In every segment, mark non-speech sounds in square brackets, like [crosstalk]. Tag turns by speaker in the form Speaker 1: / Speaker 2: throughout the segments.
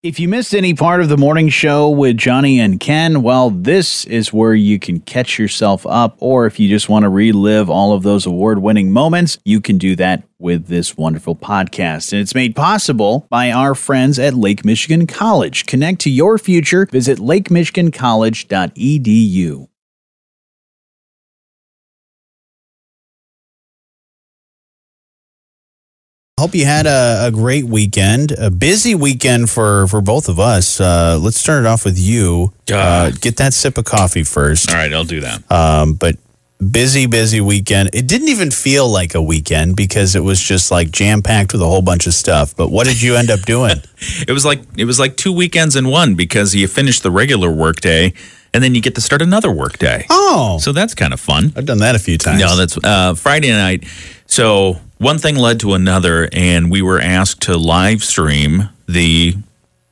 Speaker 1: If you missed any part of the morning show with Johnny and Ken, well, this is where you can catch yourself up. Or if you just want to relive all of those award winning moments, you can do that with this wonderful podcast. And it's made possible by our friends at Lake Michigan College. Connect to your future. Visit lakemichigancollege.edu. Hope you had a, a great weekend, a busy weekend for for both of us. Uh, let's start it off with you. Uh,
Speaker 2: Uh.
Speaker 1: get that sip of coffee first.
Speaker 2: All right, I'll do that.
Speaker 1: Um, but busy, busy weekend. It didn't even feel like a weekend because it was just like jam packed with a whole bunch of stuff. But what did you end up doing?
Speaker 2: It was like it was like two weekends in one because you finish the regular workday and then you get to start another workday.
Speaker 1: oh,
Speaker 2: So that's kind of fun.
Speaker 1: I've done that a few times.
Speaker 2: No, that's uh, Friday night. So one thing led to another, and we were asked to live stream the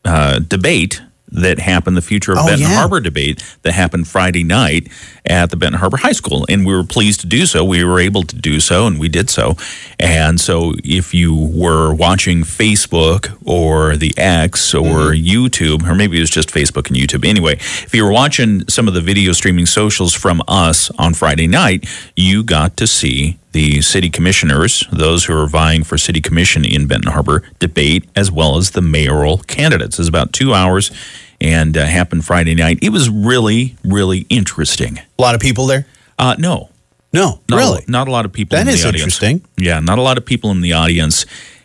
Speaker 2: uh, debate that happened, the future of
Speaker 1: Oh,
Speaker 2: Benton
Speaker 1: yeah.
Speaker 2: Harbor debate that happened Friday night at the Benton Harbor High School. And we were pleased to do so. We were able to do so, and we did so. And so if you were watching Facebook or the X or
Speaker 1: Mm-hmm.
Speaker 2: YouTube, or maybe it was just Facebook and YouTube, anyway, if you were watching some of the video streaming socials from us on Friday night, you got to see the city commissioners, those who are vying for city commission in Benton Harbor, debate as well as the mayoral candidates. It was about two hours and uh, happened Friday night. It was really, really interesting.
Speaker 1: a lot of people there.
Speaker 2: Uh, no,
Speaker 1: No,
Speaker 2: not,
Speaker 1: really.
Speaker 2: Not a lot of people
Speaker 1: That
Speaker 2: in
Speaker 1: is
Speaker 2: the audience.
Speaker 1: interesting.
Speaker 2: Yeah, not a lot of people in the audience.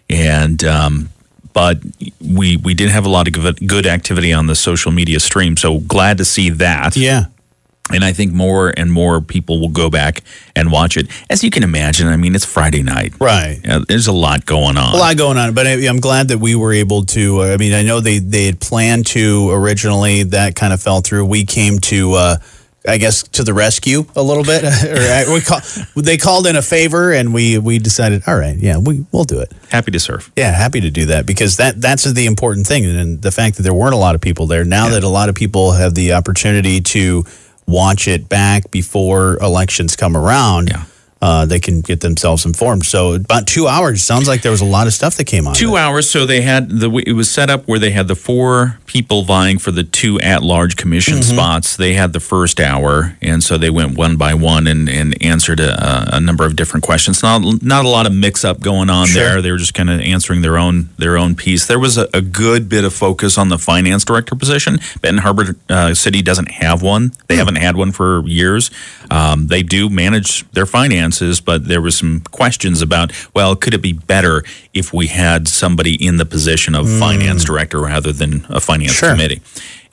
Speaker 2: And, um, but we, we did have a lot of good- good activity on the social media stream. So glad to see that.
Speaker 1: Yeah.
Speaker 2: And I think more and more people will go back and watch it. As you can imagine, I mean, it's Friday night.
Speaker 1: Right.
Speaker 2: Yeah, there's a lot going on.
Speaker 1: a lot going on, but I, I'm glad that we were able to. Uh, I mean, I know they they had planned to originally. That kind of fell through. We came to. Uh, I guess to the rescue a little bit. [laughs] or I- we call, they called in a favor, and we we decided, all right, yeah, we we'll do it.
Speaker 2: Happy to serve.
Speaker 1: Yeah, happy to do that because that that's the important thing, and the fact that there weren't a lot of people there. Now that a lot of people have the opportunity to watch it back before elections come around,
Speaker 2: Yeah.
Speaker 1: uh, they can get themselves informed. So about two hours sounds like there was a lot of stuff that came on.
Speaker 2: Two hours. So they had the. It was set up where they had the four people vying for the two at-large commission spots. They had the first hour, and so they went one by one and and answered a, a number of different questions. Not not a lot of mix-up going on
Speaker 1: Sure.
Speaker 2: there. They were just kind of answering their own their own piece. There was a, a good bit of focus on the finance director position. Benton Harbor uh, City doesn't have one. They haven't had one for years. Um, they do manage their finances, but there was some questions about well, could it be better if we had somebody in the position of finance director rather than a finance
Speaker 1: Sure.
Speaker 2: committee?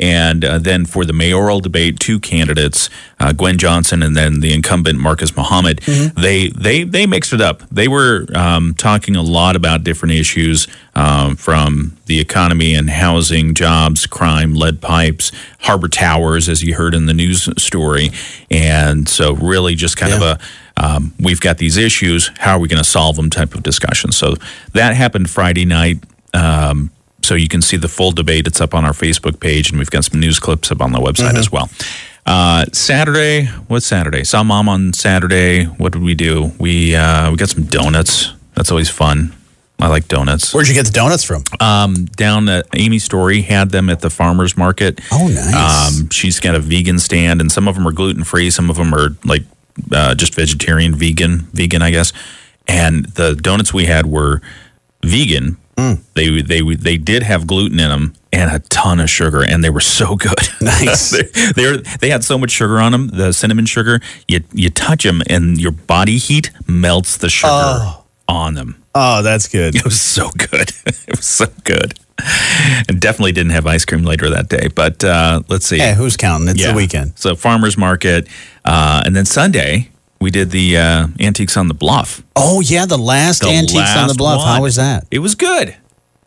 Speaker 2: And uh, then for the mayoral debate, two candidates, uh, Gwen Johnson and then the incumbent Marcus Muhammad, they they they mixed it up. They were um, talking a lot about different issues um, from the economy and housing, jobs, crime, lead pipes, harbor towers, as you heard in the news story, and so really just kind
Speaker 1: Yeah.
Speaker 2: of a. Um, we've got these issues. How are we going to solve them? Type of discussion. So that happened Friday night. Um, so you can see the full debate. It's up on our Facebook page, and we've got some news clips up on the website as well. Uh, Saturday, what's Saturday? Saw mom on Saturday. What did we do? We uh, we got some donuts. That's always fun. I like donuts.
Speaker 1: Where'd you get the donuts from?
Speaker 2: Um, down at Amy Story had them at the farmers market.
Speaker 1: Oh, nice.
Speaker 2: Um, she's got a vegan stand, and some of them are gluten free. Some of them are like uh, just vegetarian, vegan, vegan, I guess. And the donuts we had were vegan.
Speaker 1: Mm.
Speaker 2: They they they did have gluten in them and a ton of sugar, and they were so good.
Speaker 1: [laughs]
Speaker 2: [laughs]
Speaker 1: Nice. [laughs]
Speaker 2: they, they were- they had so much sugar on them, the cinnamon sugar. You you touch them, and your body heat melts the sugar on them.
Speaker 1: oh, that's good.
Speaker 2: It was so good. [laughs] it was so good. And definitely didn't have ice cream later that day. But uh, let's see.
Speaker 1: Hey, who's counting? It's the weekend.
Speaker 2: So farmers market, uh, and then Sunday we did the uh, antiques on the bluff.
Speaker 1: Oh yeah, the last
Speaker 2: The
Speaker 1: antiques on the
Speaker 2: last
Speaker 1: bluff. How
Speaker 2: one.
Speaker 1: was that?
Speaker 2: It was good.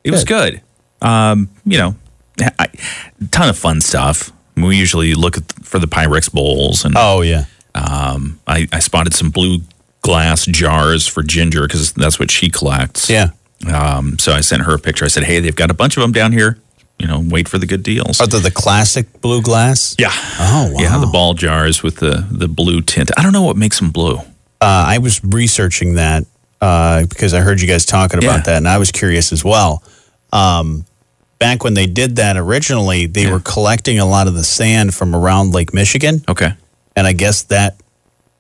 Speaker 2: It was good. Um, you know, I, ton of fun stuff. We usually look at for the Pyrex bowls, and
Speaker 1: Oh yeah.
Speaker 2: I, I spotted some blue glass jars for Ginger because that's what she collects.
Speaker 1: Yeah.
Speaker 2: Um, so I sent her a picture. I said, "Hey, they've got a bunch of them down here. You know, wait for the good deals."
Speaker 1: Are they the classic blue glass?
Speaker 2: yeah.
Speaker 1: Oh wow.
Speaker 2: Yeah, the ball jars with the the blue tint. I don't know what makes them blue.
Speaker 1: uh, I was researching that uh, because I heard you guys talking about
Speaker 2: Yeah.
Speaker 1: that, and I was curious as well. Um,
Speaker 3: back when they did that originally, they were collecting a lot of the sand from around Lake Michigan,
Speaker 2: Okay.
Speaker 3: and I guess that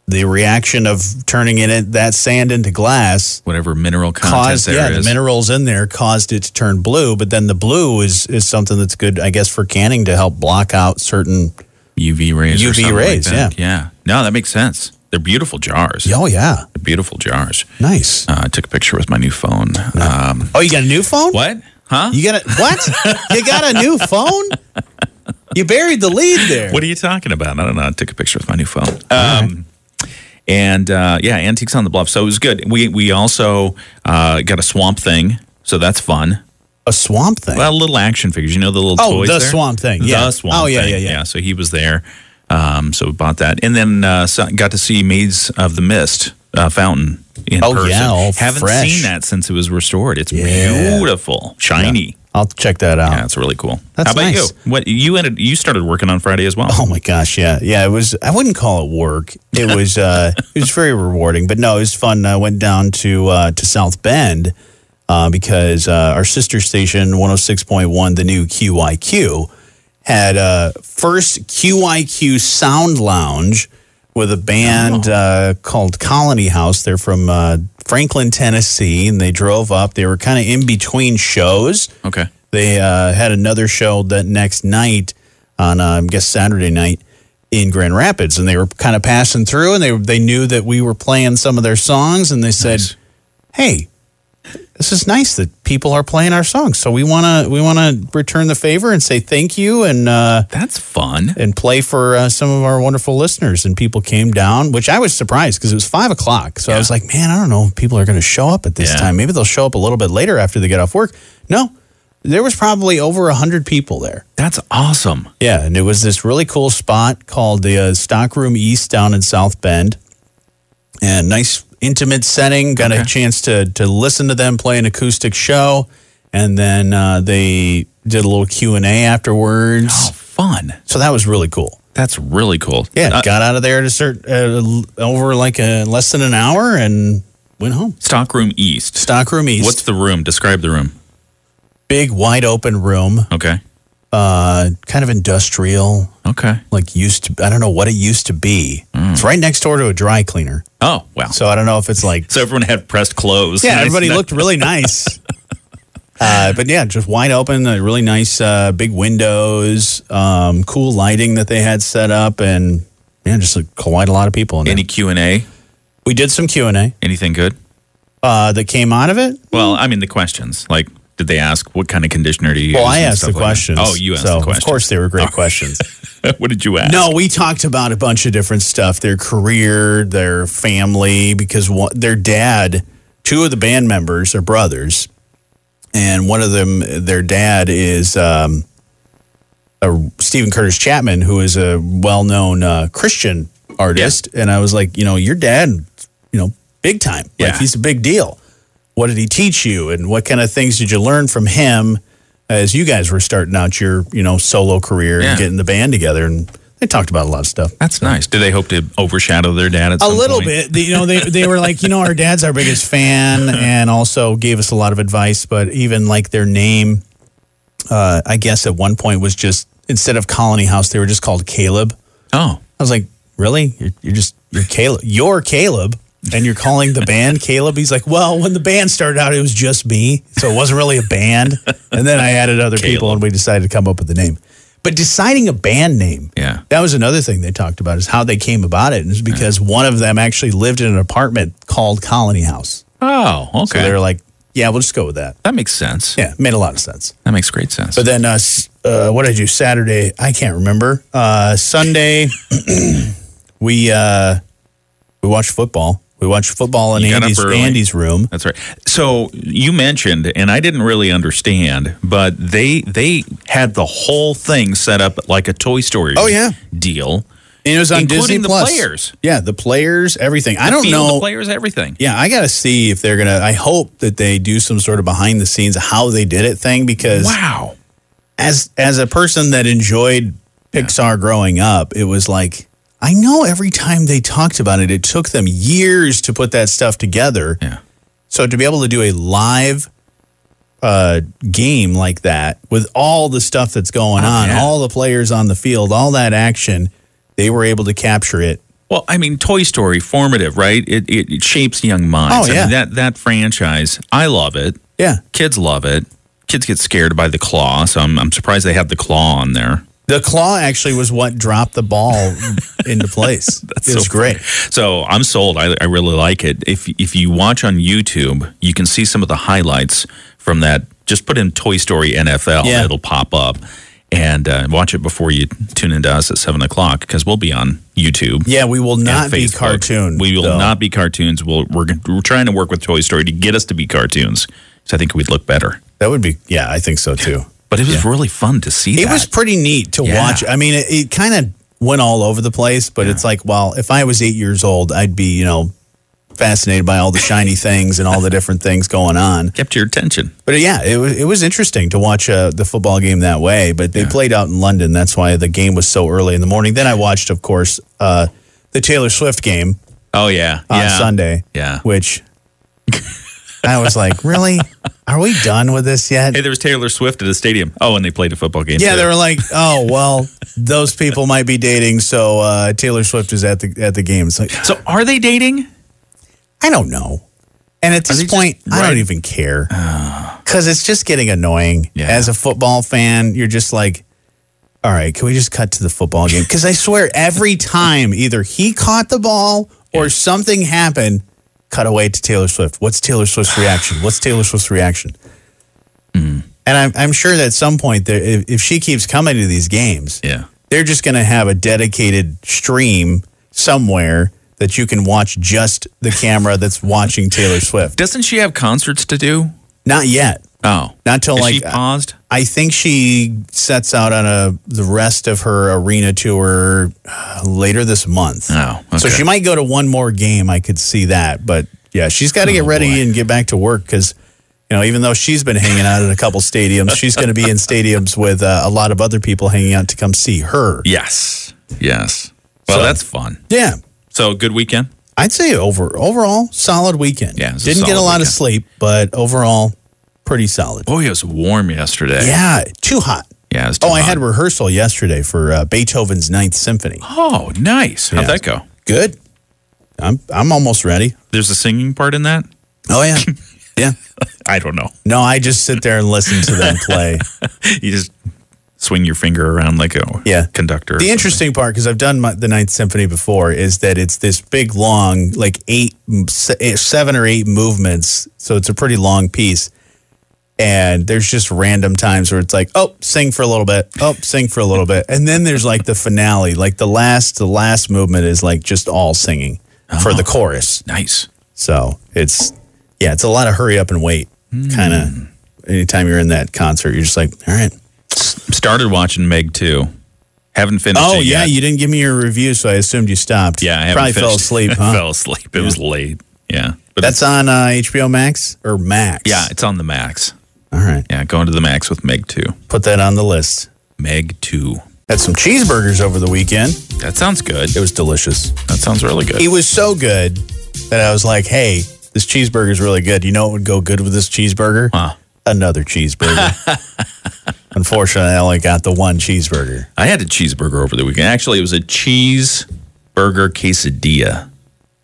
Speaker 3: the reaction of turning it in, that sand into glass
Speaker 2: Whatever mineral content
Speaker 3: caused
Speaker 2: there
Speaker 3: yeah
Speaker 2: is.
Speaker 3: the minerals in there caused it to turn blue. But then the blue is is something that's good, I guess, for canning to help block out certain.
Speaker 2: UV rays. or
Speaker 3: UV
Speaker 2: something
Speaker 3: rays,
Speaker 2: Like that. Yeah. No, that makes sense. They're beautiful jars.
Speaker 3: Oh yeah,
Speaker 2: They're beautiful jars.
Speaker 3: nice.
Speaker 2: Uh, I took a picture with my new phone. Um,
Speaker 3: Oh, you got a new phone?
Speaker 2: what? Huh?
Speaker 3: You got a what? you got a new phone? You buried the lead there.
Speaker 2: What are you talking about? I don't know. I took a picture with my new phone. Um, And uh, yeah, Antiques on the Bluff. So it was good. We we also uh, got a swamp thing. So that's fun.
Speaker 3: a swamp thing.
Speaker 2: Well, little action figures. You know the little
Speaker 3: Oh,
Speaker 2: toys.
Speaker 3: the
Speaker 2: there?
Speaker 3: swamp thing, yeah.
Speaker 2: The swamp
Speaker 3: Oh, yeah,
Speaker 2: thing,
Speaker 3: yeah, yeah.
Speaker 2: So he was there. Um, so we bought that, and then uh, so- got to see Maids of the Mist uh, fountain in
Speaker 3: Oh,
Speaker 2: person.
Speaker 3: yeah, all
Speaker 2: Haven't
Speaker 3: fresh.
Speaker 2: seen that since it was restored. It's
Speaker 3: Yeah.
Speaker 2: beautiful, shiny.
Speaker 3: I'll check that out.
Speaker 2: Yeah. it's really cool.
Speaker 3: That's
Speaker 2: How about
Speaker 3: nice.
Speaker 2: you? What you ended? You started working on Friday as well.
Speaker 3: [laughs] Oh my gosh, yeah, yeah. It was. I wouldn't call it work. It was. Uh, it was very rewarding, but no, it was fun. I went down to uh, to South Bend uh, because uh, our sister station, one hundred six point one, the new QIQ, had uh, first QIQ Sound Lounge with a band uh, called Colony House. They're from uh, Franklin, Tennessee, and they drove up. They were kind of in between shows.
Speaker 2: Okay.
Speaker 3: They uh, had another show that next night on, uh, I guess, Saturday night in Grand Rapids, and they were kind of passing through, and they they knew that we were playing some of their songs, and they said, "Hey, this is nice that people are playing our songs, so we wanna we wanna return the favor and say thank you and." Uh,
Speaker 2: That's fun.
Speaker 3: and play for uh, some of our wonderful listeners. And people came down, which I was surprised because it was five o'clock. So I was like, man, I don't know if people are going to show up at this
Speaker 2: Yeah.
Speaker 3: time. Maybe they'll show up a little bit later after they get off work. No, there was probably over a hundred people there.
Speaker 2: That's awesome.
Speaker 3: Yeah, and it was this really cool spot called the uh, Stockroom East down in South Bend. And nice intimate setting. Got a chance to to listen to them play an acoustic show, and then uh, they did a little Q and A afterwards.
Speaker 2: Oh, fun.
Speaker 3: So that was really cool.
Speaker 2: That's really cool.
Speaker 3: Yeah,
Speaker 2: Uh,
Speaker 3: got out of there at a certain uh, l- over like a less than an hour and went home.
Speaker 2: Stockroom East.
Speaker 3: Stockroom East,
Speaker 2: What's the room? Describe the room.
Speaker 3: big wide open room,
Speaker 2: Okay.
Speaker 3: uh, kind of industrial,
Speaker 2: Okay.
Speaker 3: like used to. I don't know what it used to be. It's right next door to a dry cleaner,
Speaker 2: Oh wow.
Speaker 3: so I don't know if it's like
Speaker 2: So everyone had pressed clothes.
Speaker 3: [laughs] yeah,
Speaker 2: Nice.
Speaker 3: everybody
Speaker 2: That-
Speaker 3: looked [laughs] really nice. Uh, but yeah, just wide open, uh, really nice uh, big windows, um, cool lighting that they had set up, and yeah, just like, quite a lot of people. In there.
Speaker 2: Any Q and A?
Speaker 3: we did some Q and A
Speaker 2: Anything good?
Speaker 3: uh, that came out of it.
Speaker 2: Well, I mean the questions. Like, did they ask what kind of conditioner do you
Speaker 3: Well,
Speaker 2: use?
Speaker 3: I
Speaker 2: and
Speaker 3: asked
Speaker 2: stuff
Speaker 3: the
Speaker 2: like that?
Speaker 3: questions.
Speaker 2: Oh, you asked
Speaker 3: so
Speaker 2: the questions.
Speaker 3: Of course, they were great questions. Oh.
Speaker 2: [laughs] what did you ask?
Speaker 3: [laughs] No, we talked about a bunch of different stuff: their career, their family, because one, their dad, two of the band members are brothers, and one of them, their dad is um, a Stephen Curtis Chapman, who is a well-known uh, Christian artist. And I was like, you know, your dad, you know, big time. Like
Speaker 2: Yeah.
Speaker 3: he's a big deal. What did he teach you, and what kind of things did you learn from him? As you guys were starting out your, you know, solo career
Speaker 2: Yeah.
Speaker 3: and getting the band together, and they talked about a lot of stuff.
Speaker 2: That's nice. Do they hope to overshadow their dad at
Speaker 3: A
Speaker 2: some
Speaker 3: little
Speaker 2: point?
Speaker 3: bit, They- you know. They they were like, you know, our dad's our
Speaker 2: [laughs]
Speaker 3: biggest fan, and also gave us a lot of advice. But even like their name, uh, I guess at one point was just instead of Colony House, they were just called Caleb.
Speaker 2: Oh,
Speaker 3: I was like, really? You're, you're just you're Caleb. You're Caleb, and you're calling the band
Speaker 2: [laughs]
Speaker 3: Caleb. He's like, well, when the band started out, it was just me, so it wasn't really a band. And then I added other people, and we decided to come up with the name. But deciding a band name,
Speaker 2: Yeah.
Speaker 3: that was another thing they talked about is how they came about it, and it's because one of them actually lived in an apartment called Colony House.
Speaker 2: oh,
Speaker 3: So
Speaker 2: okay.
Speaker 3: they were like, yeah, we'll just go with that.
Speaker 2: that makes sense.
Speaker 3: Yeah, made a lot of sense.
Speaker 2: That makes great sense.
Speaker 3: But then, uh, s- uh, what did I do Saturday? I can't remember. Uh, Sunday, [clears throat] we uh, we watched football. We watched football in
Speaker 2: You got up
Speaker 3: Andy's,
Speaker 2: early.
Speaker 3: Andy's room.
Speaker 2: That's right. So you mentioned, and I didn't really understand, but they they had the whole thing set up like a Toy Story.
Speaker 3: Oh, yeah.
Speaker 2: deal.
Speaker 3: And it was on
Speaker 2: Including
Speaker 3: Disney
Speaker 2: the
Speaker 3: Plus.
Speaker 2: players.
Speaker 3: Yeah, the players, everything. I don't
Speaker 2: Field,
Speaker 3: know.
Speaker 2: the players, everything.
Speaker 3: yeah, I gotta see if they're gonna. I hope that they do some sort of behind the scenes how they did it thing because
Speaker 2: Wow.
Speaker 3: as as a person that enjoyed Pixar growing up, it was like I know every time they talked about it, it took them years to put that stuff together.
Speaker 2: Yeah.
Speaker 3: So to be able to do a live uh, game like that with all the stuff that's going on,
Speaker 2: Oh, yeah.
Speaker 3: all the players on the field, all that action, they were able to capture it.
Speaker 2: Well, I mean, Toy Story, formative, right? It, it, it shapes young minds.
Speaker 3: Oh,
Speaker 2: I
Speaker 3: yeah.
Speaker 2: mean, that, that franchise, I love it.
Speaker 3: Yeah.
Speaker 2: Kids love it. Kids get scared by the claw, so I'm, I'm surprised they had the claw on there.
Speaker 3: The claw actually was what dropped
Speaker 2: [laughs]
Speaker 3: the ball into place. it was
Speaker 2: so
Speaker 3: great.
Speaker 2: So I'm sold. I, I really like it. If if you watch on YouTube, you can see some of the highlights from that. Just put in Toy Story NFL,
Speaker 3: Yeah.
Speaker 2: it'll pop up, and uh, watch it before you tune into us at seven o'clock because we'll be on YouTube.
Speaker 3: Yeah, we will
Speaker 2: and
Speaker 3: not be
Speaker 2: Facebook.
Speaker 3: cartoon.
Speaker 2: We will
Speaker 3: though.
Speaker 2: not be cartoons. We'll, we're gon- we're trying to work with Toy Story to get us to be cartoons because I think we'd look better.
Speaker 3: That would be. Yeah, I think so too.
Speaker 2: But it was really fun to see.
Speaker 3: It
Speaker 2: that.
Speaker 3: was pretty neat to
Speaker 2: Yeah.
Speaker 3: watch. I mean, it, it kind of went all over the place, but it's like, well, if I was eight years old, I'd be, you know, fascinated by all the shiny [laughs] things and all the different things going on.
Speaker 2: kept your attention.
Speaker 3: But uh, yeah, it was it was interesting to watch uh, the football game that way. But they played out in London, that's why the game was so early in the morning. Then I watched, of course, uh, the Taylor Swift game
Speaker 2: Oh yeah,
Speaker 3: on
Speaker 2: yeah.
Speaker 3: Sunday.
Speaker 2: Yeah.
Speaker 3: which I was like, really? Are we done with this yet?
Speaker 2: Hey, there was Taylor Swift at a stadium. Oh, and they played a football game.
Speaker 3: Yeah,
Speaker 2: too.
Speaker 3: they were like, "Oh, well, those people might be dating, so uh, Taylor Swift is at the at the game." It's like,
Speaker 2: So are they dating?
Speaker 3: I don't know. And at
Speaker 2: they
Speaker 3: this
Speaker 2: just-
Speaker 3: point, I
Speaker 2: right. Ah.
Speaker 3: don't even care because it's just getting annoying.
Speaker 2: Yeah.
Speaker 3: As a football fan, you're just like, "All right, can we just cut to the football game?" Because I swear, every time either he caught the ball or something happened, cut away to Taylor Swift. What's Taylor Swift's reaction? What's Taylor Swift's reaction?
Speaker 2: Mm.
Speaker 3: And I'm, I'm sure that at some point, there, if, if she keeps coming to these games,
Speaker 2: Yeah.
Speaker 3: they're just going to have a dedicated stream somewhere that you can watch just the camera that's watching Taylor Swift.
Speaker 2: Doesn't she have concerts to do?
Speaker 3: Not yet.
Speaker 2: Oh,
Speaker 3: Not till
Speaker 2: Is
Speaker 3: like
Speaker 2: she paused.
Speaker 3: I think she sets out on a the rest of her arena tour uh, later this month.
Speaker 2: Oh,
Speaker 3: So
Speaker 2: okay.
Speaker 3: she might go to one more game. I could see that, but yeah, she's got to
Speaker 2: Oh,
Speaker 3: get ready and get back to work because you know even though she's been hanging out at a couple stadiums, she's going to be in stadiums with uh, a lot of other people hanging out to come see
Speaker 2: [laughs]
Speaker 3: her.
Speaker 2: Yes. Yes. Well,
Speaker 3: So-
Speaker 2: that's fun.
Speaker 3: Yeah.
Speaker 2: So good weekend.
Speaker 3: I'd say over overall solid weekend.
Speaker 2: Yeah, it was a
Speaker 3: didn't get a
Speaker 2: solid
Speaker 3: lot of
Speaker 2: weekend.
Speaker 3: sleep, but overall pretty solid.
Speaker 2: Boy, it was warm yesterday.
Speaker 3: Yeah, too hot.
Speaker 2: Yeah. It was too
Speaker 3: Oh, I
Speaker 2: hot.
Speaker 3: had rehearsal yesterday for uh, Beethoven's Ninth Symphony.
Speaker 2: Oh, nice. How'd
Speaker 3: Yeah.
Speaker 2: that go?
Speaker 3: Good. I'm I'm almost ready.
Speaker 2: There's a singing part in that.
Speaker 3: Oh yeah, [laughs] yeah.
Speaker 2: I don't know.
Speaker 3: No, I just sit there and listen to
Speaker 2: [laughs]
Speaker 3: them play.
Speaker 2: You just swing your finger around like a
Speaker 3: Yeah.
Speaker 2: conductor. or
Speaker 3: The
Speaker 2: something.
Speaker 3: interesting part, because I've done my, the Ninth Symphony before, is that it's this big, long, like eight, m- se- eh, seven or eight movements. So it's a pretty long piece. And there's just random times where it's like, oh, sing for a little bit, oh, sing for a little bit, and then there's like the finale, like the last, the last movement is like just all singing for the chorus.
Speaker 2: Nice.
Speaker 3: So it's, yeah, it's a lot of hurry up and wait, kind of. Anytime you're in that concert, you're just like, all right.
Speaker 2: Started watching Meg too. Haven't finished.
Speaker 3: Oh
Speaker 2: it
Speaker 3: yeah,
Speaker 2: yet.
Speaker 3: you didn't give me your review, so I assumed you stopped.
Speaker 2: yeah. I haven't
Speaker 3: probably
Speaker 2: finished.
Speaker 3: fell
Speaker 2: [laughs]
Speaker 3: asleep.
Speaker 2: I
Speaker 3: Huh?
Speaker 2: fell asleep. It was late. Yeah. But
Speaker 3: That's on uh, HBO Max or Max.
Speaker 2: yeah. It's on the max.
Speaker 3: All right,
Speaker 2: Yeah. Going to the max with Meg too.
Speaker 3: put that on the list.
Speaker 2: Meg two.
Speaker 3: Had some cheeseburgers over the weekend.
Speaker 2: That sounds good.
Speaker 3: It was delicious.
Speaker 2: That sounds really good.
Speaker 3: It was so good that I was like, "Hey, this cheeseburger is really good. You know what would go good with this cheeseburger?
Speaker 2: Huh.
Speaker 3: Another cheeseburger."
Speaker 2: [laughs]
Speaker 3: Unfortunately, I only got the one cheeseburger.
Speaker 2: I had a cheeseburger over the weekend. Actually, it was a cheeseburger quesadilla.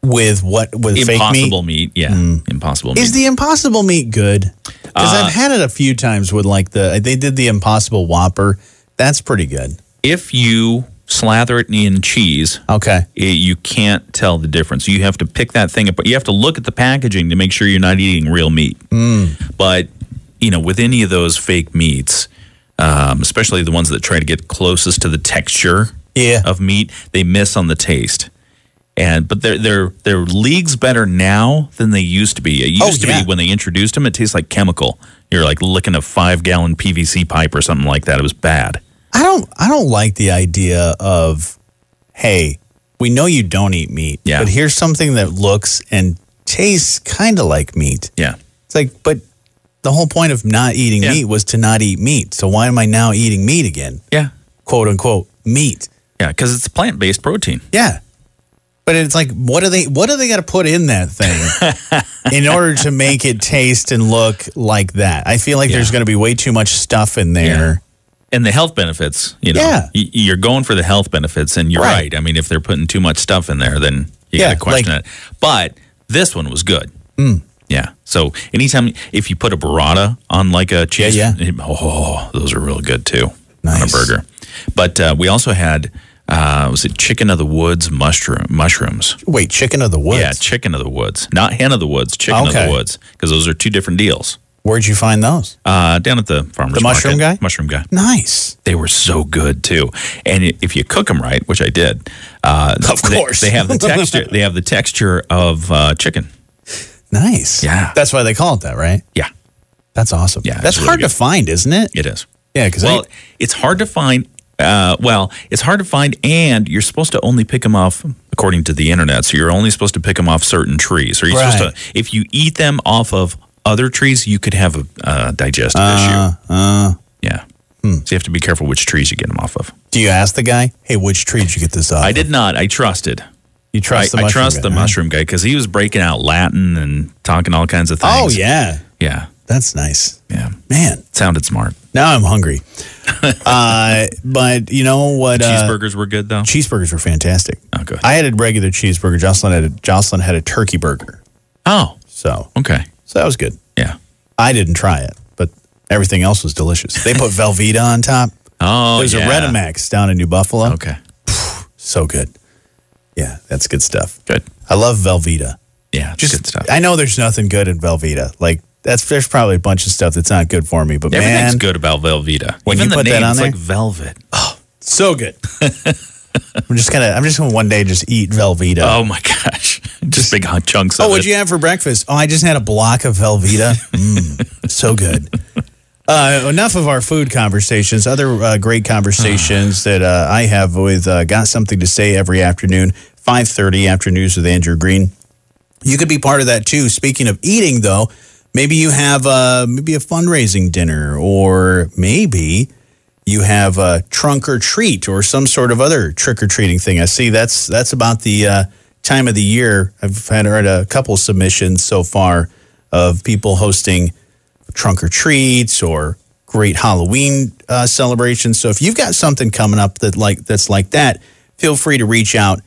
Speaker 3: With what? With fake meat? Hmm.
Speaker 2: Impossible meat. Yeah. Impossible meat.
Speaker 3: Is the impossible meat good? Because
Speaker 2: Uh,
Speaker 3: I've had it a few times with like the they did the impossible whopper. That's pretty good.
Speaker 2: if you slather it in cheese,
Speaker 3: Okay.
Speaker 2: it, you can't tell the difference. You have to pick that thing up, but you have to look at the packaging to make sure you're not eating real meat.
Speaker 3: Mm.
Speaker 2: But you know, with any of those fake meats, um, especially the ones that try to get closest to the texture
Speaker 3: Yeah.
Speaker 2: of meat, they miss on the taste. And but they're they're they're leagues better now than they used to be. It used
Speaker 3: Oh,
Speaker 2: to
Speaker 3: yeah.
Speaker 2: be when they introduced them, it tastes like chemical. You're like licking a five gallon PVC pipe or something like that. It was bad.
Speaker 3: I don't I don't like the idea of hey, we know you don't eat meat,
Speaker 2: Yeah.
Speaker 3: but here's something that looks and tastes kind of like meat.
Speaker 2: Yeah.
Speaker 3: It's like but the whole point of not eating
Speaker 2: Yeah.
Speaker 3: meat was to not eat meat. So why am I now eating meat again?
Speaker 2: Yeah.
Speaker 3: Quote unquote meat.
Speaker 2: Yeah, because it's plant based protein.
Speaker 3: Yeah. But it's like, what do they? What do they got to put in that
Speaker 2: [laughs]
Speaker 3: thing in order to make it taste and look like that? I feel like there's going to be way too much stuff in there.
Speaker 2: and the health benefits, you know,
Speaker 3: Yeah.
Speaker 2: y- you're going for the health benefits, and you're
Speaker 3: Right.
Speaker 2: right. I mean, if they're putting too much stuff in there, then you
Speaker 3: Yeah, Hmm.
Speaker 2: got to question it. But this one was good. Yeah. So anytime if you put a burrata on like a cheese,
Speaker 3: yeah.
Speaker 2: oh, those are real good too on
Speaker 3: Nice.
Speaker 2: a burger. But uh, we also had uh, was it chicken of the woods mushroom mushrooms?
Speaker 3: Wait, chicken of the woods.
Speaker 2: Yeah, chicken of the woods, not hen of the woods, chicken of
Speaker 3: Okay.
Speaker 2: the woods, because those are two different deals.
Speaker 3: Where'd you find those?
Speaker 2: Uh, down at the farmer's
Speaker 3: The mushroom
Speaker 2: market.
Speaker 3: guy?
Speaker 2: mushroom guy
Speaker 3: Nice.
Speaker 2: they were so good too. And i- if you cook them right, which I did, uh, of
Speaker 3: course.
Speaker 2: they,
Speaker 3: [laughs]
Speaker 2: have the texture. They have the texture of uh, chicken.
Speaker 3: Nice.
Speaker 2: Yeah.
Speaker 3: That's why they call it that, right?
Speaker 2: Yeah,
Speaker 3: That's awesome.
Speaker 2: Yeah,
Speaker 3: That's
Speaker 2: it's really
Speaker 3: hard
Speaker 2: good.
Speaker 3: to find, isn't it?
Speaker 2: it is.
Speaker 3: Yeah, because
Speaker 2: Well, it's hard to find. Uh, well, it's hard to find, and you're supposed to only pick them off according to the internet. So you're only supposed to pick them off certain trees. Or you are
Speaker 3: Right.
Speaker 2: supposed to? If you eat them off of other trees, you could have a uh, digestive issue.
Speaker 3: uh.
Speaker 2: yeah.
Speaker 3: Hmm.
Speaker 2: So you have to be careful which trees you get them off of.
Speaker 3: do you ask the guy, hey, which tree did you get this off?
Speaker 2: I
Speaker 3: of?"
Speaker 2: did not. I trusted.
Speaker 3: You trust
Speaker 2: I, I
Speaker 3: the mushroom?
Speaker 2: trust
Speaker 3: guy,
Speaker 2: the
Speaker 3: right?
Speaker 2: mushroom guy because he was breaking out Latin and talking all kinds of things.
Speaker 3: Oh yeah,
Speaker 2: yeah,
Speaker 3: that's nice,
Speaker 2: yeah.
Speaker 3: man.
Speaker 2: Sounded smart.
Speaker 3: Now
Speaker 2: [laughs]
Speaker 3: I'm hungry. uh, but you know what? Uh,
Speaker 2: Cheeseburgers were good though.
Speaker 3: cheeseburgers were fantastic.
Speaker 2: Oh, good.
Speaker 3: I had a regular cheeseburger. Jocelyn had a, Jocelyn had a turkey burger.
Speaker 2: oh,
Speaker 3: So
Speaker 2: okay.
Speaker 3: so that was good.
Speaker 2: Yeah.
Speaker 3: I didn't try it, but everything else was delicious.
Speaker 2: [laughs]
Speaker 3: They put Velveeta on top.
Speaker 2: Oh,
Speaker 3: There's
Speaker 2: yeah.
Speaker 3: a Redimax down in New Buffalo.
Speaker 2: Okay,
Speaker 3: So good. Yeah, that's good stuff.
Speaker 2: good.
Speaker 3: I love Velveeta.
Speaker 2: Yeah, it's
Speaker 3: Just
Speaker 2: good stuff.
Speaker 3: I know there's nothing good in Velveeta. Like that's there's probably a bunch of stuff that's not good for me, but
Speaker 2: Everything's
Speaker 3: man,
Speaker 2: good about Velveeta.
Speaker 3: When
Speaker 2: Even
Speaker 3: you
Speaker 2: the
Speaker 3: put that
Speaker 2: name,
Speaker 3: on
Speaker 2: it's
Speaker 3: there- Oh.
Speaker 2: like velvet. [laughs]
Speaker 3: so good. I'm just gonna I'm just gonna one day just eat Velveeta.
Speaker 2: Oh my [laughs] gosh, just big hot chunks.
Speaker 3: Oh,
Speaker 2: of
Speaker 3: what'd
Speaker 2: it.
Speaker 3: you have for breakfast? Oh, I just had a block
Speaker 2: [laughs]
Speaker 3: of Velveeta. Mm, so good. Uh, enough of our food conversations. Other uh, great conversations that uh, I have with uh, Got Something to Say every afternoon, 5.30 afternoons with Andrew Green. You could be part of that too. Speaking of eating, though, maybe you have uh, maybe a fundraising dinner or maybe you have a trunk or treat or some sort of other trick or treating thing. I see that's that's about the uh, time of the year. I've had heard a couple submissions so far of people hosting trunk or treats or great Halloween uh, celebrations. So if you've got something coming up that like that's like that, feel free to reach out.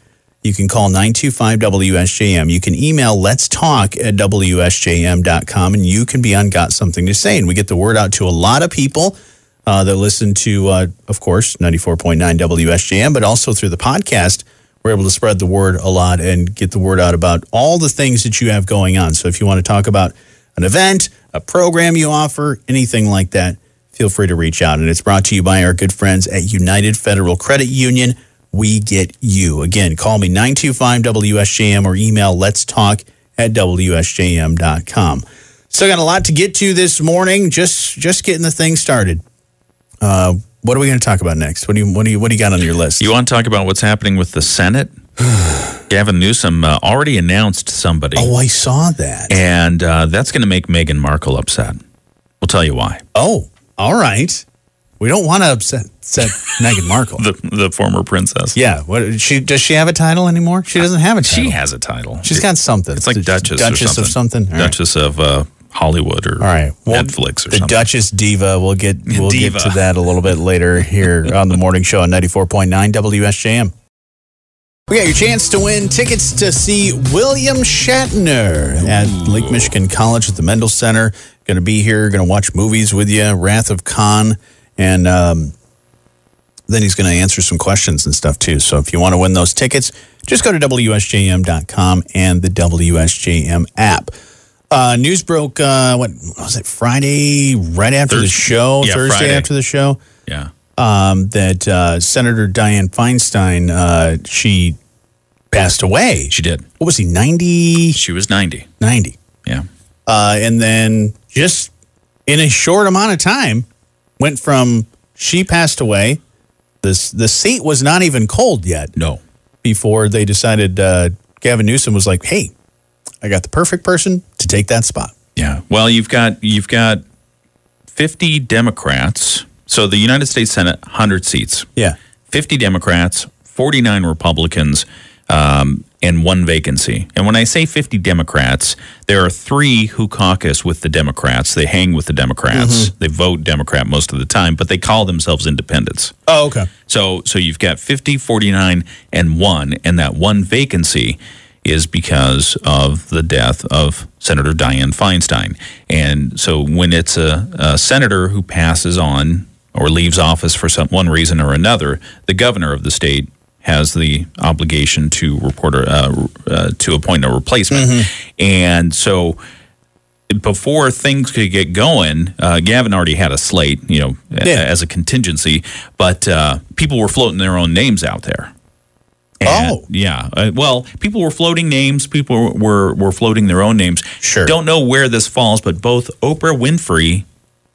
Speaker 3: You can call 925 WSJM. You can email let's talk at WSJM.com and you can be on Got Something to Say. And we get the word out to a lot of people uh, that listen to, uh, of course, 94.9 WSJM, but also through the podcast. We're able to spread the word a lot and get the word out about all the things that you have going on. So if you want to talk about an event, a program you offer, anything like that, feel free to reach out. And it's brought to you by our good friends at United Federal Credit Union. We get you. Again, call me 925 WSJM or email let's talk at WSJM.com. Still got a lot to get to this morning. Just just getting the thing started. Uh, what are we going to talk about next? What do you what do you what do you got on your list?
Speaker 2: You want to talk about what's happening with the Senate?
Speaker 3: [sighs]
Speaker 2: Gavin Newsom uh, already announced somebody,
Speaker 3: oh, I saw that.
Speaker 2: and uh, that's going to make Meghan Markle upset. We'll tell you why.
Speaker 3: Oh, all right. We don't want to upset, upset [laughs] Meghan Markle.
Speaker 2: The the former princess.
Speaker 3: Yeah. What she does she have a title anymore? She doesn't have a title.
Speaker 2: She has a title.
Speaker 3: She's got something.
Speaker 2: It's like Duchess,
Speaker 3: Duchess
Speaker 2: or
Speaker 3: of something. All right.
Speaker 2: Duchess of uh, Hollywood or
Speaker 3: All right. Well,
Speaker 2: Netflix or
Speaker 3: the
Speaker 2: something.
Speaker 3: Duchess Diva. We'll get we'll
Speaker 2: Diva.
Speaker 3: get to that a little bit later here on the morning show on ninety four point nine WSJM. We got your chance to win tickets to see William Shatner at Lake Michigan College at the Mendel Center. Going to be here. Going to watch movies with you. Wrath of Khan, and um, then he's going to answer some questions and stuff too. So if you want to win those tickets, just go to WSJM.com and the WSJM app. Uh, news broke, uh, what was it, Friday, right after the
Speaker 2: Thurs-
Speaker 3: show,
Speaker 2: yeah,
Speaker 3: Thursday
Speaker 2: Friday.
Speaker 3: after the show,
Speaker 2: yeah.
Speaker 3: um, that uh, Senator Dianne Feinstein, uh, she passed away.
Speaker 2: She did.
Speaker 3: What was he, 90?
Speaker 2: She was 90.
Speaker 3: 90.
Speaker 2: Yeah.
Speaker 3: Uh, and then just in a short amount of time, went from she passed away. This the seat was not even cold yet
Speaker 2: No.
Speaker 3: before they decided uh, Gavin Newsom was like, "Hey, I got the perfect person to take that spot."
Speaker 2: Yeah. Well, you've got you've got 50 Democrats. So the United States Senate 100 seats.
Speaker 3: Yeah,
Speaker 2: 50 Democrats, 49 Republicans. Um, and one vacancy. And when I say 50 Democrats, there are three who caucus with the Democrats. They hang with the Democrats. They vote Democrat most of the time, but they call themselves independents.
Speaker 3: Oh, okay.
Speaker 2: So so you've got 50, 49, and one, and that one vacancy is because of the death of Senator Dianne Feinstein. And so when it's a, a senator who passes on or leaves office for some one reason or another, the governor of the state has the obligation to report a, uh, uh, to appoint a replacement. And so before things could get going, uh, Gavin already had a slate, you know, a-
Speaker 3: Yeah.
Speaker 2: as a contingency, but uh, people were floating their own names out there.
Speaker 3: Oh.
Speaker 2: yeah. Uh, well, people were floating names. People were were floating their own names.
Speaker 3: Sure.
Speaker 2: Don't know where this falls, but both Oprah Winfrey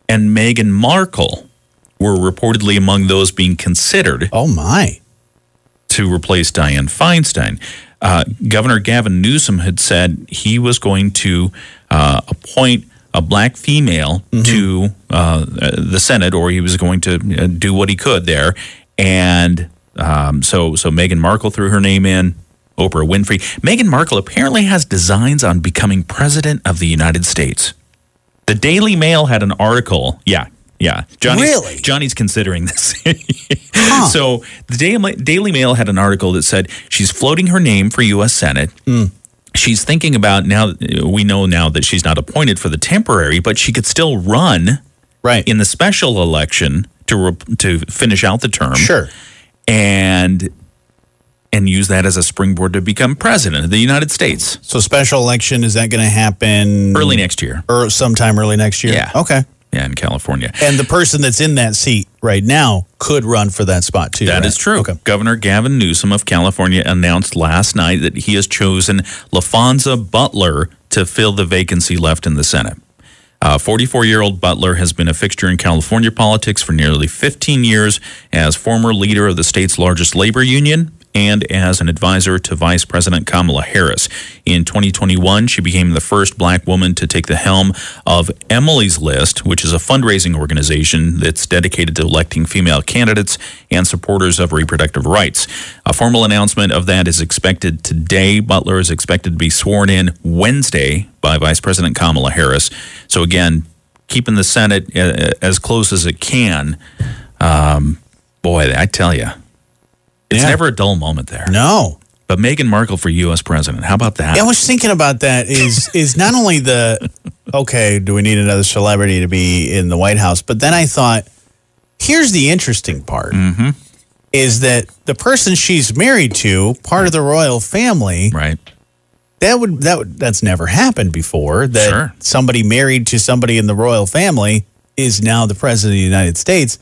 Speaker 2: and Meghan Markle were reportedly among those being considered
Speaker 3: Oh my.
Speaker 2: to replace Dianne Feinstein. Uh, Governor Gavin Newsom had said he was going to uh, appoint a black female to uh, the Senate, or he was going to uh, do what he could there. And um, so, so Meghan Markle threw her name in. Oprah Winfrey. Meghan Markle apparently has designs on becoming president of the United States. The Daily Mail had an article. Yeah, yeah. Johnny's,
Speaker 3: Really?
Speaker 2: Johnny's considering this. [laughs] So the Daily, Daily Mail had an article that said she's floating her name for U.S. Senate. She's thinking about now. We know now that she's not appointed for the temporary, but she could still run
Speaker 3: Right.
Speaker 2: in the special election to re- to finish out the term
Speaker 3: sure.
Speaker 2: and and use that as a springboard to become president of the United States
Speaker 3: So special election is that going to happen
Speaker 2: early next year.
Speaker 3: or sometime early next year?
Speaker 2: Yeah.
Speaker 3: Okay.
Speaker 2: Yeah, in California.
Speaker 3: And the person that's in that seat right now could run for that spot too.
Speaker 2: That is
Speaker 3: right?
Speaker 2: true.
Speaker 3: Okay.
Speaker 2: Governor Gavin Newsom of California announced last night that he has chosen LaFonza Butler to fill the vacancy left in the Senate. 44 year old Butler has been a fixture in California politics for nearly 15 years as former leader of the state's largest labor union and as an advisor to Vice President Kamala Harris. In 2021, she became the first black woman to take the helm of Emily's List, which is a fundraising organization that's dedicated to electing female candidates and supporters of reproductive rights. A formal announcement of that is expected today. Butler is expected to be sworn in Wednesday by Vice President Kamala Harris. So again, keeping the Senate uh, as close as it can. Um, boy, I tell you, it's
Speaker 3: Yeah.
Speaker 2: never a dull moment there.
Speaker 3: No.
Speaker 2: But Meghan Markle for U.S. president, how about that?
Speaker 3: Yeah, I was thinking about that. Is is not only the okay? Do we need another celebrity to be in the White House? But then I thought, here's the interesting part: is that the person she's married to, part of the royal family,
Speaker 2: Right.
Speaker 3: that would that would, that's never happened before. That
Speaker 2: Sure.
Speaker 3: somebody married to somebody in the royal family is now the president of the United States.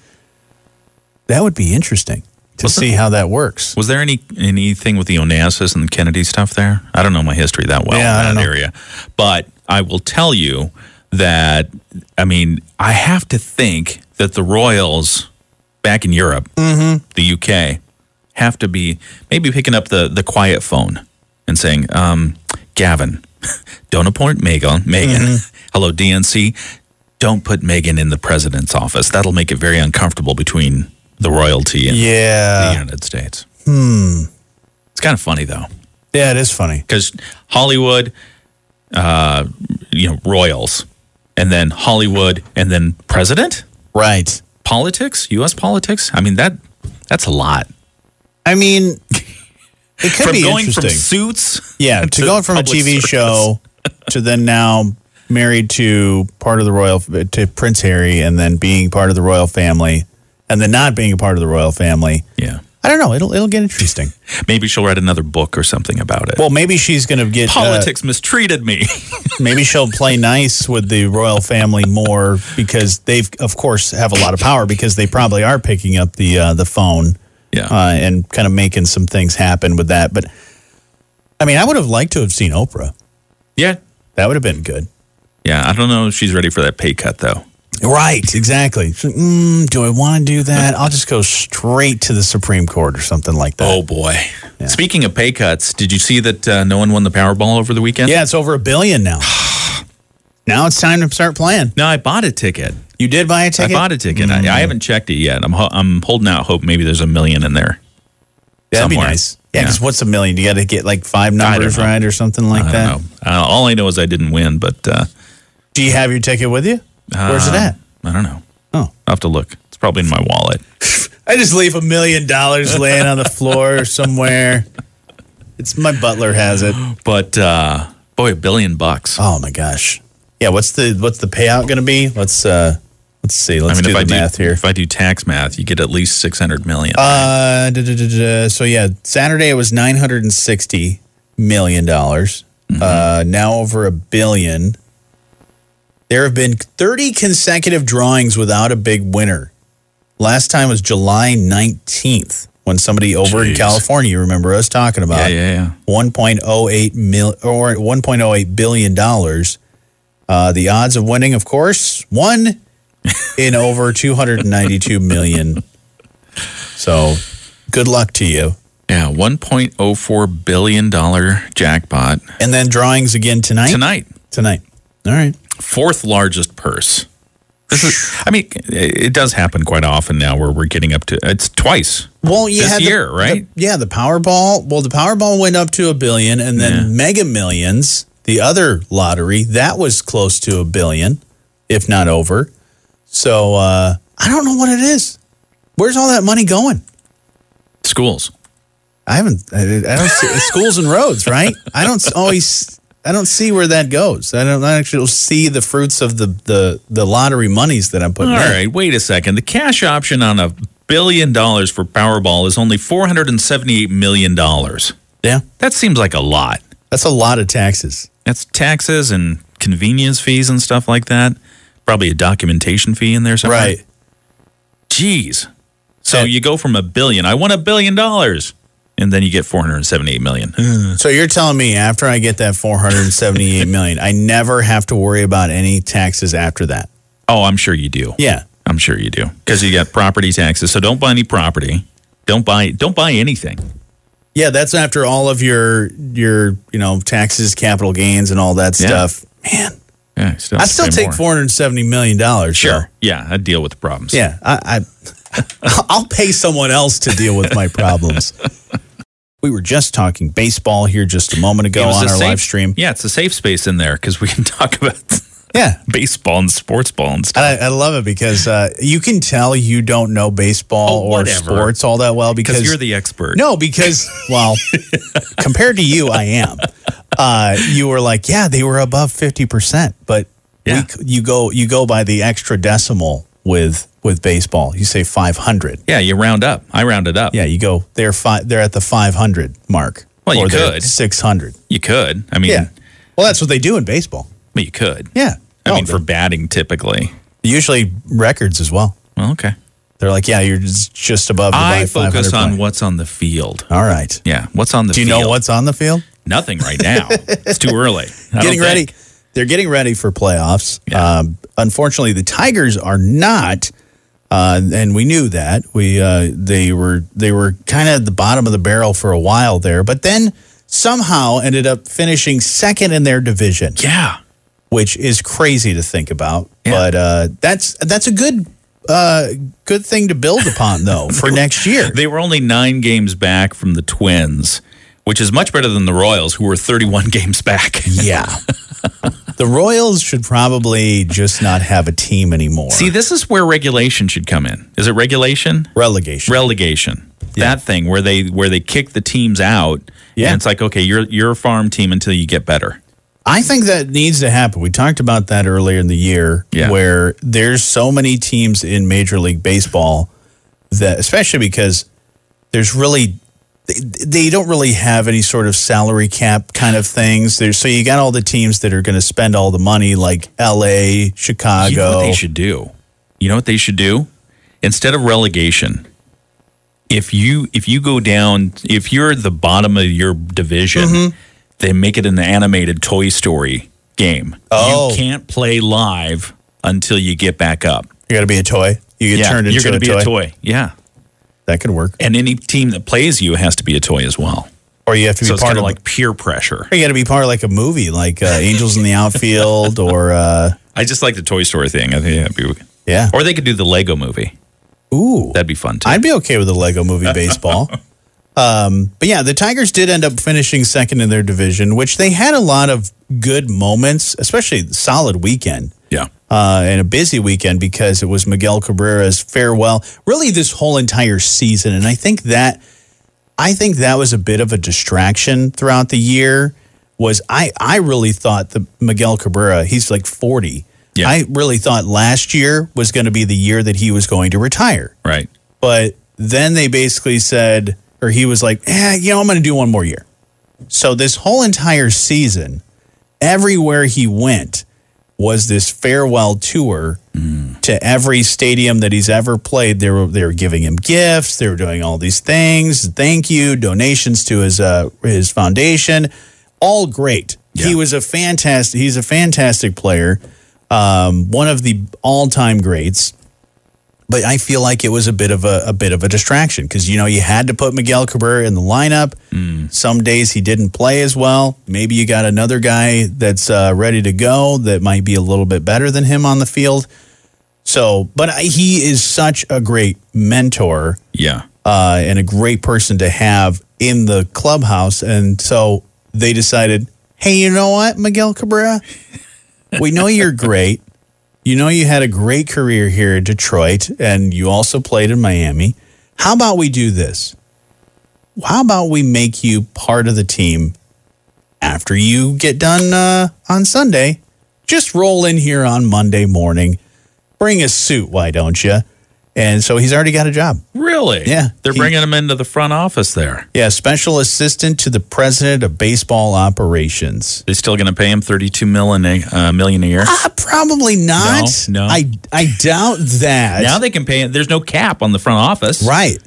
Speaker 3: That would be interesting to see how that works.
Speaker 2: Was there any anything with the Onassis and Kennedy stuff there? I don't know my history that well
Speaker 3: Yeah, I
Speaker 2: in
Speaker 3: don't
Speaker 2: that
Speaker 3: know.
Speaker 2: area, but I will tell you that I mean I have to think that the Royals back in Europe,
Speaker 3: Mm-hmm.
Speaker 2: the UK, have to be maybe picking up the the quiet phone and saying, um, "Gavin, [laughs] don't appoint Megan. Megan,
Speaker 3: Mm-hmm.
Speaker 2: [laughs] hello DNC. Don't put Megan in the president's office. That'll make it very uncomfortable between the royalty and the
Speaker 3: Yeah,
Speaker 2: United States. Hmm. It's kind of funny though,
Speaker 3: yeah, it is funny.
Speaker 2: because Hollywood, uh, you know, royals, and then Hollywood, and then president,
Speaker 3: Right.
Speaker 2: politics, U.S. politics. I mean that that's a lot.
Speaker 3: I mean, it could
Speaker 2: from
Speaker 3: be
Speaker 2: going
Speaker 3: interesting.
Speaker 2: from suits, [laughs]
Speaker 3: Yeah, to,
Speaker 2: to
Speaker 3: going from a
Speaker 2: public
Speaker 3: TV
Speaker 2: service.
Speaker 3: show to then now married to part of the royal to Prince Harry and then being part of the royal family and then not being a part of the royal family.
Speaker 2: yeah,
Speaker 3: I don't know. It'll it'll get interesting.
Speaker 2: maybe she'll write another book or something about it.
Speaker 3: Well, maybe she's going to get uh,
Speaker 2: Politics mistreated me. [laughs]
Speaker 3: maybe she'll play nice with the royal family more because they've, of course, have a lot of power because they probably are picking up the uh, the phone
Speaker 2: Yeah.
Speaker 3: uh, and kind of making some things happen with that. But I mean, I would have liked to have seen Oprah.
Speaker 2: yeah,
Speaker 3: That would have been good.
Speaker 2: yeah. I don't know if she's ready for that pay cut though.
Speaker 3: Right, exactly. So, mm, do I want to do that? I'll just go straight to the Supreme Court or something like that.
Speaker 2: Oh boy. Speaking of pay cuts, did you see that uh, no one won the Powerball over the weekend?
Speaker 3: Yeah, it's over a billion now. [sighs] now it's time to start playing.
Speaker 2: No, I bought a ticket.
Speaker 3: You did buy a
Speaker 2: I
Speaker 3: ticket. Mm.
Speaker 2: bought a ticket. I, I haven't checked it yet. I'm ho- I'm holding out hope. Maybe there's a million in there.
Speaker 3: That'd be
Speaker 2: somewhere.
Speaker 3: nice. Yeah, because what's a million? You got to get like five
Speaker 2: don't
Speaker 3: numbers
Speaker 2: know.
Speaker 3: right or something like
Speaker 2: I
Speaker 3: that.
Speaker 2: don't know. Uh, all I know is I didn't win, but uh,
Speaker 3: Do you have your ticket with you? Where's it
Speaker 2: uh,
Speaker 3: at?
Speaker 2: I don't know.
Speaker 3: Oh.
Speaker 2: I'll have to look. It's probably in my wallet.
Speaker 3: I just leave a million dollars laying on the floor or somewhere. It's my butler has it.
Speaker 2: But uh, boy, a billion bucks.
Speaker 3: Oh my gosh. Yeah, what's the what's the payout going to be? Let's uh let's see. Let's do
Speaker 2: if
Speaker 3: the
Speaker 2: I
Speaker 3: math
Speaker 2: do [laughs]
Speaker 3: here.
Speaker 2: if I do tax math, you get at least six hundred million.
Speaker 3: Uh, duh, duh, duh, duh, duh. so yeah, Saturday it was nine hundred and sixty million dollars.
Speaker 2: Mm-hmm.
Speaker 3: Uh, now over a billion. There have been thirty consecutive drawings without a big winner. Last time was July nineteenth when somebody over in
Speaker 2: Jeez.
Speaker 3: California, you remember us talking
Speaker 2: yeah,
Speaker 3: about
Speaker 2: yeah, yeah.
Speaker 3: 1.08 mil or 1.08 billion dollars. Uh, the odds of winning, of course,
Speaker 2: [laughs]
Speaker 3: one in over 292 million. So, good luck to you.
Speaker 2: Yeah, one point oh four billion dollar jackpot
Speaker 3: And then drawings again tonight.
Speaker 2: tonight.
Speaker 3: Tonight. All right.
Speaker 2: Fourth largest purse. This is. I mean, it it does happen quite often now, where we're getting up to it's twice.
Speaker 3: Well, you
Speaker 2: This
Speaker 3: had the-
Speaker 2: year,
Speaker 3: the-
Speaker 2: right?
Speaker 3: yeah, the Powerball. Well, the Powerball went up to a billion, and then Mega Millions, the other lottery, that was close to a billion, if not over. So uh, I don't know what it is. Where's all that money going?
Speaker 2: Schools.
Speaker 3: I haven't. I, I don't see schools and roads, [laughs] right? I don't always. I don't see where that goes. I don't I actually see the fruits of the the the lottery monies that I'm putting
Speaker 2: All
Speaker 3: in.
Speaker 2: right, wait a second. The cash option on a billion dollars for Powerball is only four hundred and seventy-eight million dollars.
Speaker 3: Yeah,
Speaker 2: That seems like a lot.
Speaker 3: that's a lot of taxes.
Speaker 2: That's taxes and convenience fees and stuff like that. Probably a documentation fee in there somewhere.
Speaker 3: Right.
Speaker 2: Jeez. So
Speaker 3: That-
Speaker 2: you go from a billion, I want a billion dollars, and then you get 478 million.
Speaker 3: So you're telling me after I get that 478 million, I never have to worry about any taxes after that?
Speaker 2: oh, I'm sure you do.
Speaker 3: Yeah.
Speaker 2: I'm sure you do. Cuz you got property taxes. So don't buy any property. Don't buy don't buy anything.
Speaker 3: Yeah, that's after all of your your, you know, taxes, capital gains and all that
Speaker 2: Yeah.
Speaker 3: stuff. Man,
Speaker 2: Yeah, still
Speaker 3: I still
Speaker 2: pay
Speaker 3: take
Speaker 2: more.
Speaker 3: 470 million dollars.
Speaker 2: Sure. Yeah, I deal with the problems.
Speaker 3: Yeah, I, I [laughs] I'll pay someone else to deal with my problems. we were just talking baseball here just a moment ago
Speaker 2: It was
Speaker 3: on
Speaker 2: a
Speaker 3: our
Speaker 2: safe-
Speaker 3: live stream.
Speaker 2: Yeah, it's a safe space in there because we can [laughs] talk about
Speaker 3: Yeah,
Speaker 2: baseball and sports ball and stuff.
Speaker 3: I, I love it because uh, you can tell you don't know baseball
Speaker 2: Oh,
Speaker 3: or
Speaker 2: whatever.
Speaker 3: sports all that well because
Speaker 2: Because you're the expert.
Speaker 3: No, because [laughs] well, compared to you, I am. Uh, you were like, yeah, they were above fifty percent, but we
Speaker 2: Yeah.
Speaker 3: c you go you go by the extra decimal with with baseball. You say five hundred.
Speaker 2: Yeah, you round up. I rounded up.
Speaker 3: Yeah, you go. They're five. They're at the five hundred mark.
Speaker 2: Well, you could.
Speaker 3: six hundred.
Speaker 2: You could. I mean,
Speaker 3: Yeah. Well, that's what they do in baseball.
Speaker 2: well, you could.
Speaker 3: Yeah. Oh,
Speaker 2: I
Speaker 3: No,
Speaker 2: mean, for
Speaker 3: they-
Speaker 2: batting typically.
Speaker 3: usually records as well.
Speaker 2: Well, okay.
Speaker 3: They're like, yeah, you're just just above. The
Speaker 2: I
Speaker 3: by 500
Speaker 2: focus on
Speaker 3: point.
Speaker 2: what's on the field.
Speaker 3: All right.
Speaker 2: Yeah, what's on the
Speaker 3: Do you
Speaker 2: field?
Speaker 3: know what's on the field?
Speaker 2: Nothing
Speaker 3: [laughs]
Speaker 2: right now. it's too early. I don't
Speaker 3: getting ready.
Speaker 2: think.
Speaker 3: They're getting ready for playoffs.
Speaker 2: Yeah.
Speaker 3: Um, unfortunately, the Tigers are not, uh, and we knew that. We uh, they were they were kind of at the bottom of the barrel for a while there, but then somehow ended up finishing second in their division,
Speaker 2: Yeah.
Speaker 3: which is crazy to think about.
Speaker 2: Yeah.
Speaker 3: But uh, that's that's a good uh, good thing to build upon
Speaker 2: [laughs]
Speaker 3: though for next year.
Speaker 2: They were only nine games back from the Twins, which is much better than the Royals, who were 31 [laughs] games back.
Speaker 3: yeah. The Royals should probably just not have a team anymore.
Speaker 2: See, this is where regulation should come in. Is it regulation?
Speaker 3: relegation.
Speaker 2: Relegation. That thing where they where they kick the teams out.
Speaker 3: Yeah.
Speaker 2: And it's like, okay, you're you're a farm team until you get better.
Speaker 3: I think that needs to happen. We talked about that earlier in the year,
Speaker 2: Yeah.
Speaker 3: where there's so many teams in Major League Baseball that, especially because there's really they, they don't really have any sort of salary cap kind of things. There's so you got all the teams that are going to spend all the money, like L.A., Chicago.
Speaker 2: You know what they should do? You know what they should do? Instead of relegation, if you if you go down, if you're the bottom of your division,
Speaker 3: Mm-hmm.
Speaker 2: they make it an animated Toy Story game.
Speaker 3: Oh.
Speaker 2: You can't play live until you get back up.
Speaker 3: You're going to be a toy. You get
Speaker 2: Yeah,
Speaker 3: turned into
Speaker 2: you're gonna
Speaker 3: a,
Speaker 2: be
Speaker 3: toy.
Speaker 2: a toy. Yeah.
Speaker 3: That could work,
Speaker 2: And any team that plays you has to be a toy as well.
Speaker 3: or you have to be
Speaker 2: So it's
Speaker 3: part
Speaker 2: kind
Speaker 3: of
Speaker 2: of
Speaker 3: like.
Speaker 2: like peer pressure.
Speaker 3: You got to be part of like a movie, like uh, Angels in the Outfield, or uh,
Speaker 2: I just like the Toy Story thing. I think that'd be,
Speaker 3: yeah.
Speaker 2: or they could do the Lego movie.
Speaker 3: Ooh,
Speaker 2: That'd be fun too.
Speaker 3: I'd be okay with a Lego movie baseball. Um, but yeah, the Tigers did end up finishing second in their division, which they had a lot of good moments, especially solid weekend
Speaker 2: Yeah.
Speaker 3: uh, and a busy weekend because it was Miguel Cabrera's farewell. Really, this whole entire season, and I think that I think that was a bit of a distraction throughout the year. Was I I really thought that Miguel Cabrera? He's like forty.
Speaker 2: Yeah.
Speaker 3: I really thought last year was going to be the year that he was going to retire,
Speaker 2: Right.
Speaker 3: but then they basically said, or he was like, eh, you know, I'm going to do one more year. So this whole entire season, everywhere he went was this farewell tour to every stadium that he's ever played. They were they were giving him gifts. They were doing all these things. Thank you donations to his uh, his foundation. All great. He
Speaker 2: Yeah.
Speaker 3: was a fantastic. He's a fantastic player. Um, one of the all time greats. But I feel like it was a bit of a, a bit of a distraction because you know you had to put Miguel Cabrera in the lineup. Some days he didn't play as well. Maybe you got another guy that's uh, ready to go that might be a little bit better than him on the field. So, but I, he is such a great mentor
Speaker 2: Yeah.
Speaker 3: uh, and a great person to have in the clubhouse. And so they decided, hey, you know what, Miguel Cabrera? We know you're great. You know you had a great career here in Detroit, and you also played in Miami. How about we do this? How about we make you part of the team after you get done uh, on Sunday? Just roll in here on Monday morning. Bring a suit, why don't you? And so he's already got a job.
Speaker 2: Really?
Speaker 3: Yeah.
Speaker 2: They're
Speaker 3: He-
Speaker 2: bringing him into the front office there.
Speaker 3: Yeah, special assistant to the president of baseball operations.
Speaker 2: They're still going to pay him 32 million a, uh, million a year.
Speaker 3: Uh, probably not.
Speaker 2: No, no.
Speaker 3: I I doubt that.
Speaker 2: Now they can pay him. There's no cap on the front office.
Speaker 3: right.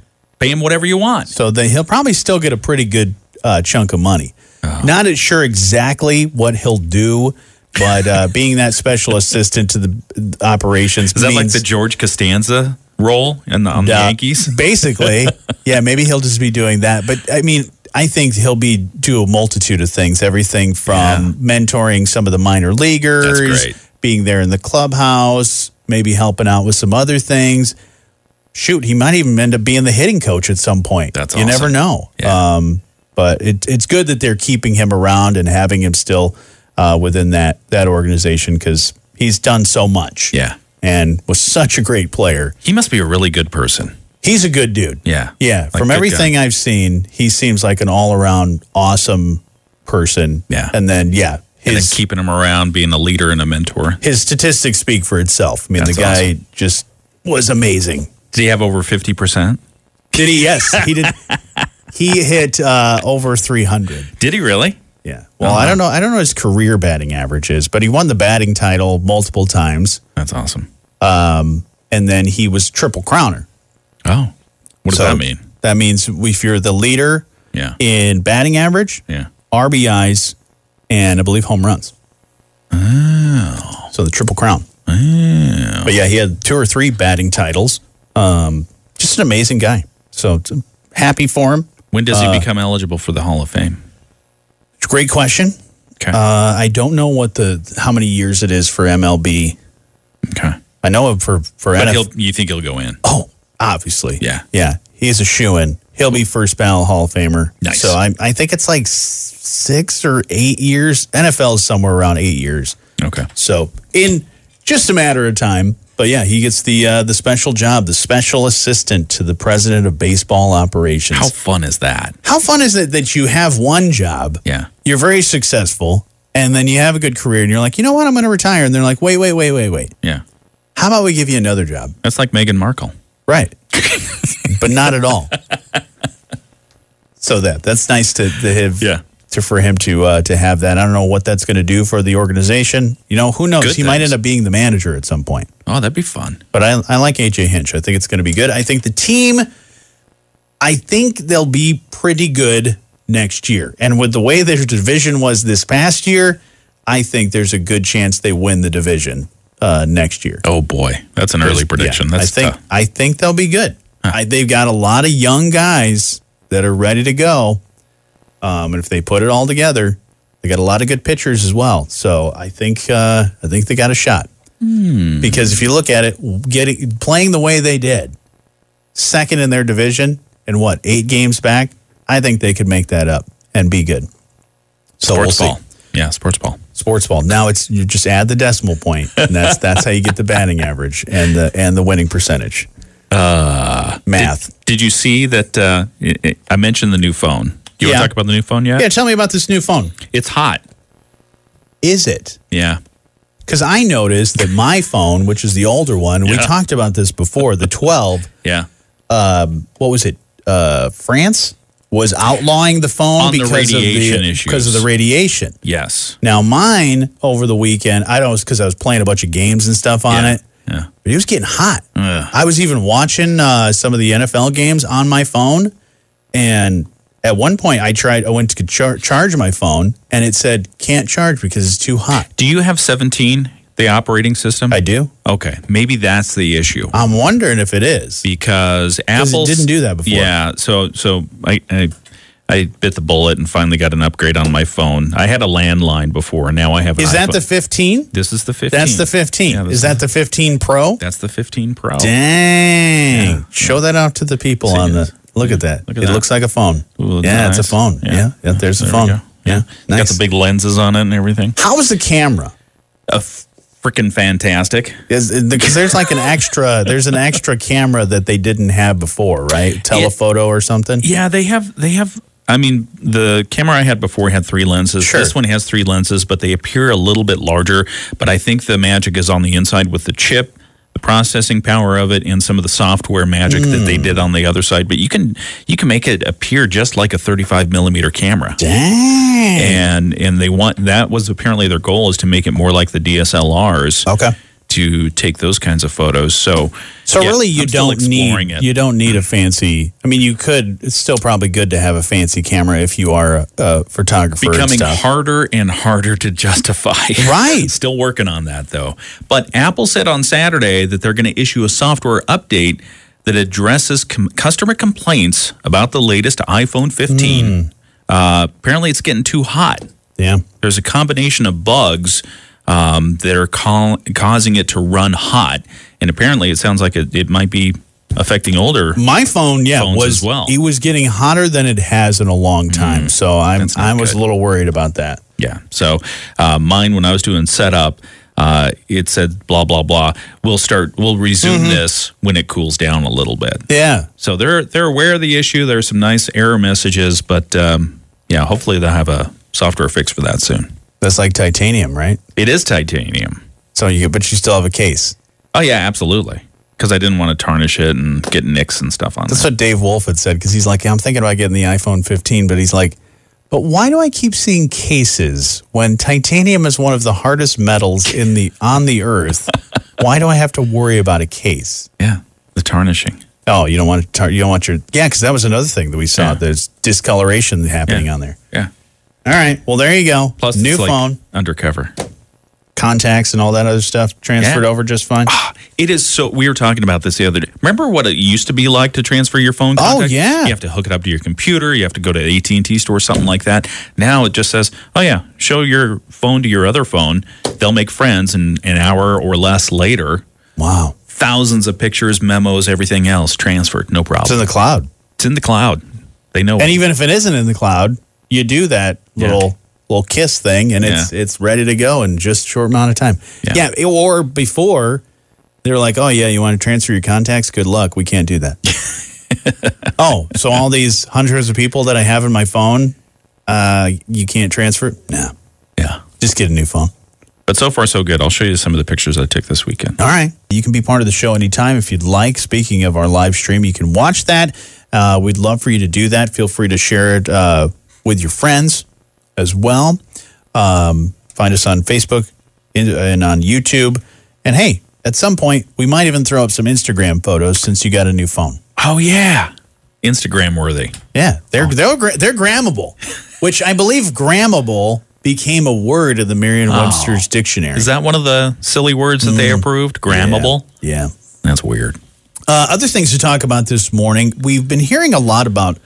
Speaker 2: Pay him whatever you want.
Speaker 3: So they, he'll probably still get a pretty good uh, chunk of money.
Speaker 2: Uh-huh.
Speaker 3: Not as sure exactly what he'll do, but uh, [laughs] being that special assistant to the operations
Speaker 2: Is that like
Speaker 3: means-
Speaker 2: the George Costanza role in the, on the
Speaker 3: Yeah,
Speaker 2: Yankees?
Speaker 3: [laughs] Basically, yeah, maybe he'll just be doing that. But I mean, I think he'll be do a multitude of things, everything from mentoring some of the minor
Speaker 2: That's
Speaker 3: leaguers,
Speaker 2: great.
Speaker 3: being there in the clubhouse, maybe helping out with some other things. Shoot, he might even end up being the hitting coach at some point.
Speaker 2: That's
Speaker 3: you never
Speaker 2: awesome.
Speaker 3: know.
Speaker 2: Yeah.
Speaker 3: Um, but it, it's good that they're keeping him around and having him still uh, within that that organization because he's done so much.
Speaker 2: Yeah.
Speaker 3: and was such a great player.
Speaker 2: He must be a really good person.
Speaker 3: He's a good dude.
Speaker 2: Yeah.
Speaker 3: Yeah.
Speaker 2: Like,
Speaker 3: From
Speaker 2: good
Speaker 3: everything
Speaker 2: guy.
Speaker 3: I've seen, he seems like an all around awesome person.
Speaker 2: Yeah.
Speaker 3: And then, yeah,
Speaker 2: and then
Speaker 3: his,
Speaker 2: keeping him around, being a leader and a mentor.
Speaker 3: his statistics speak for itself. I mean,
Speaker 2: That's
Speaker 3: the guy just was amazing.
Speaker 2: Does he have over 50%?
Speaker 3: Did he? Yes. He did. He hit uh, over 300.
Speaker 2: Did he really?
Speaker 3: Yeah. Well, I don't know. I don't know his career batting averages, but he won the batting title multiple times.
Speaker 2: That's awesome.
Speaker 3: And then he was triple crowner.
Speaker 2: Oh. What does that mean?
Speaker 3: That means if you're the leader
Speaker 2: Yeah.
Speaker 3: in batting average,
Speaker 2: yeah.
Speaker 3: RBIs, and I believe home runs. Oh. So the triple crown. But yeah, he had two or three batting titles. Um, just an amazing guy. So it's- uh, happy for him.
Speaker 2: When does he become eligible for the Hall of Fame?
Speaker 3: It's a great question.
Speaker 2: Okay.
Speaker 3: Uh, I don't know what the how many years it is for MLB.
Speaker 2: okay.
Speaker 3: I know it for for
Speaker 2: But
Speaker 3: NFL.
Speaker 2: he'll, you think he'll go in?
Speaker 3: Oh, obviously.
Speaker 2: Yeah.
Speaker 3: Yeah. He's a shoe in. He'll be first ballot Hall of Famer.
Speaker 2: Nice.
Speaker 3: So I, I think it's like s- six or eight years. NFL is somewhere around eight years.
Speaker 2: Okay.
Speaker 3: So in just a matter of time. But yeah, he gets the uh, the special job, the special assistant to the president of baseball operations.
Speaker 2: How fun is that?
Speaker 3: How fun is it that you have one job?
Speaker 2: Yeah.
Speaker 3: You're very successful, and then you have a good career, and you're like, you know what, I'm going to retire. And they're like, wait, wait, wait, wait, wait.
Speaker 2: Yeah.
Speaker 3: How about we give you another job?
Speaker 2: That's like Meghan Markle. [laughs]
Speaker 3: Right. but not at all. So that that's nice to, to have
Speaker 2: Yeah.
Speaker 3: to for him to uh, to have that. I don't know what that's going to do for the organization. You know, who knows?
Speaker 2: Good
Speaker 3: he might
Speaker 2: things.
Speaker 3: end up being the manager at some point.
Speaker 2: Oh, that'd be fun.
Speaker 3: But I, I like AJ Hinch. I think it's going to be good. I think the team, I think they'll be pretty good next year. And with the way their division was this past year, I think there's a good chance they win the division uh, next year.
Speaker 2: Oh boy, that's an early prediction.
Speaker 3: Yeah,
Speaker 2: That's
Speaker 3: I think
Speaker 2: tough.
Speaker 3: I think they'll be good. I, they've got a lot of young guys that are ready to go, um, and if they put it all together, they got a lot of good pitchers as well. So I think uh, I think they got a shot
Speaker 2: Hmm.
Speaker 3: because if you look at it, getting playing the way they did, second in their division and what eight games back, I think they could make that up and be good. So we'll
Speaker 2: sports
Speaker 3: see.
Speaker 2: ball. Yeah, sports ball.
Speaker 3: Sports ball. Now it's you just add the decimal point, and that's that's how you get the batting average and the and the winning percentage. Uh, math.
Speaker 2: Did you see that? Uh, I- I- I mentioned the new phone. Do you
Speaker 3: Yeah.
Speaker 2: want to talk about the new phone yet?
Speaker 3: yeah, tell me about this new phone.
Speaker 2: It's hot.
Speaker 3: Is it?
Speaker 2: Yeah.
Speaker 3: Because I noticed that my phone, which is the older one, we
Speaker 2: Yeah.
Speaker 3: talked about this before, the 12,
Speaker 2: Yeah.
Speaker 3: what was it? Uh, France was outlawing the phone
Speaker 2: On the
Speaker 3: because
Speaker 2: radiation
Speaker 3: of the
Speaker 2: issues.
Speaker 3: because of the radiation.
Speaker 2: Yes.
Speaker 3: Now mine over the weekend, I don't because I was playing a bunch of games and stuff on
Speaker 2: Yeah.
Speaker 3: it.
Speaker 2: Yeah.
Speaker 3: But it was getting hot.
Speaker 2: Ugh.
Speaker 3: I was even watching uh, some of the NFL games on my phone, and at one point I tried. I went to char- charge my phone, and it said can't charge because it's too hot.
Speaker 2: Do you have 17, the operating system?
Speaker 3: I do.
Speaker 2: Okay. Maybe that's the issue
Speaker 3: I'm wondering if it is.
Speaker 2: because
Speaker 3: Because
Speaker 2: Apple
Speaker 3: it didn't do that before.
Speaker 2: Yeah. So so I, I I bit the bullet and finally got an upgrade on my phone. I had a landline before, and now I have. An
Speaker 3: Is that
Speaker 2: iPhone.
Speaker 3: the 15?
Speaker 2: This is the 15.
Speaker 3: That's the 15.
Speaker 2: Yeah, this
Speaker 3: is that the 15 Pro?
Speaker 2: That's the 15 Pro.
Speaker 3: Dang. Show that out to the people on the. Look at that.
Speaker 2: Look at
Speaker 3: it
Speaker 2: that.
Speaker 3: looks like a phone.
Speaker 2: Ooh,
Speaker 3: yeah, it's
Speaker 2: nice.
Speaker 3: a phone. Yeah. Yeah, there's a
Speaker 2: There we
Speaker 3: phone.
Speaker 2: go.
Speaker 3: Yeah. Nice.
Speaker 2: Got the big lenses on it and everything.
Speaker 3: How is the camera?
Speaker 2: A freaking fantastic.
Speaker 3: Because there's
Speaker 2: [laughs]
Speaker 3: like an extra, there's an extra camera that they didn't have before, right? Telephoto or something.
Speaker 2: Yeah, they have they have I mean, the camera I had before had three lenses.
Speaker 3: Sure.
Speaker 2: This one has three lenses, but they appear a little bit larger, but I think the magic is on the inside with the chip, the processing power of it and some of the software magic that
Speaker 3: Hmm.
Speaker 2: they did on the other side, but you can you can make it appear just like a 35 millimeter camera.
Speaker 3: Dang.
Speaker 2: And and they want that was apparently their goal is to make it more like the DSLRs
Speaker 3: Okay.
Speaker 2: to take those kinds of photos. So
Speaker 3: So
Speaker 2: yeah,
Speaker 3: really, you
Speaker 2: I'm still
Speaker 3: don't
Speaker 2: exploring
Speaker 3: need
Speaker 2: it.
Speaker 3: you don't need a fancy. I mean, you could. It's still probably good to have a fancy camera if you are a, a photographer. and
Speaker 2: becoming
Speaker 3: stuff.
Speaker 2: harder and harder to justify. [laughs]
Speaker 3: Right.
Speaker 2: Still working on that though. But Apple said on Saturday that they're going to issue a software update that addresses com- customer complaints about the latest iPhone 15.
Speaker 3: Hmm.
Speaker 2: Uh, apparently, it's getting too hot.
Speaker 3: Yeah.
Speaker 2: There's a combination of bugs um, that are cau- causing it to run hot, and apparently, it sounds like it, it might be affecting older.
Speaker 3: My phone, yeah,
Speaker 2: Phones
Speaker 3: was
Speaker 2: as well. Mm.
Speaker 3: It was getting hotter than it has in a long time, so I'm
Speaker 2: not
Speaker 3: I was
Speaker 2: good.
Speaker 3: a little worried about that.
Speaker 2: Yeah. So uh, mine, when I was doing setup, uh, it said blah blah blah. We'll start. We'll resume
Speaker 3: Mm-hmm.
Speaker 2: this when it cools down a little bit.
Speaker 3: Yeah,
Speaker 2: So they're they're aware of the issue. There's some nice error messages, but um, yeah, hopefully they'll have a software fix for that soon.
Speaker 3: that's like titanium, right?
Speaker 2: It is titanium.
Speaker 3: So you, but you still have a case.
Speaker 2: Oh yeah, absolutely. Because I didn't want to tarnish it and get nicks and stuff on
Speaker 3: That's
Speaker 2: that.
Speaker 3: what Dave Wolf had said because he's like, yeah, I'm thinking about getting the iPhone 15, but he's like, but why do I keep seeing cases when titanium is one of the hardest metals
Speaker 2: [laughs]
Speaker 3: in the on the earth? why do I have to worry about a case?
Speaker 2: yeah, the tarnishing.
Speaker 3: Oh, you don't want to tar- you don't want your yeah, because that was another thing that we saw.
Speaker 2: Yeah.
Speaker 3: There's discoloration happening
Speaker 2: Yeah.
Speaker 3: on there.
Speaker 2: Yeah.
Speaker 3: All right, well there you go.
Speaker 2: Plus,
Speaker 3: new
Speaker 2: it's like
Speaker 3: phone.
Speaker 2: undercover.
Speaker 3: contacts and all that other stuff transferred
Speaker 2: Yeah. Ah,
Speaker 3: over just fine.
Speaker 2: It is so. We were talking about this the other day. Remember what it used to be like to transfer your phone?
Speaker 3: Oh,
Speaker 2: contacts?
Speaker 3: yeah.
Speaker 2: You have to hook it up to your computer. You have to go to AT and T store, something like that. Now it just says, "Oh yeah, show your phone to your other phone." They'll make friends, and an hour or less later,
Speaker 3: Wow.
Speaker 2: thousands of pictures, memos, everything else transferred. No problem.
Speaker 3: It's in the cloud.
Speaker 2: it's in the cloud. They know.
Speaker 3: And even if it isn't in the cloud, you do that
Speaker 2: Yeah.
Speaker 3: little little kiss thing and it's
Speaker 2: Yeah.
Speaker 3: it's ready to go in just a short amount of time.
Speaker 2: Yeah.
Speaker 3: Yeah. it- or before they were like, Oh yeah, you want to transfer your contacts? Good luck. We can't
Speaker 2: [laughs]
Speaker 3: do that. oh, so all these hundreds of people that I have in my phone, uh, you can't transfer? No.
Speaker 2: yeah.
Speaker 3: Just get a new phone.
Speaker 2: But so far so good. I'll show you some of the pictures I took this weekend.
Speaker 3: All right. You can be part of the show anytime if you'd like. Speaking of our live stream, you can watch that. Uh, we'd love for you to do that. Feel free to share it uh, with your friends as well. Um, find us on Facebook and, and on YouTube. And hey, at some point, we might even throw up some Instagram photos since you got a new phone.
Speaker 2: Oh yeah, Instagram worthy.
Speaker 3: Yeah, they're they're gra- they're grammable, which I believe grammable became a word in the Merriam-Webster's dictionary.
Speaker 2: Is that one of the silly words that they approved? Grammable.
Speaker 3: Mm. yeah.
Speaker 2: That's weird.
Speaker 3: Uh, other things to talk about this morning. We've been hearing a lot about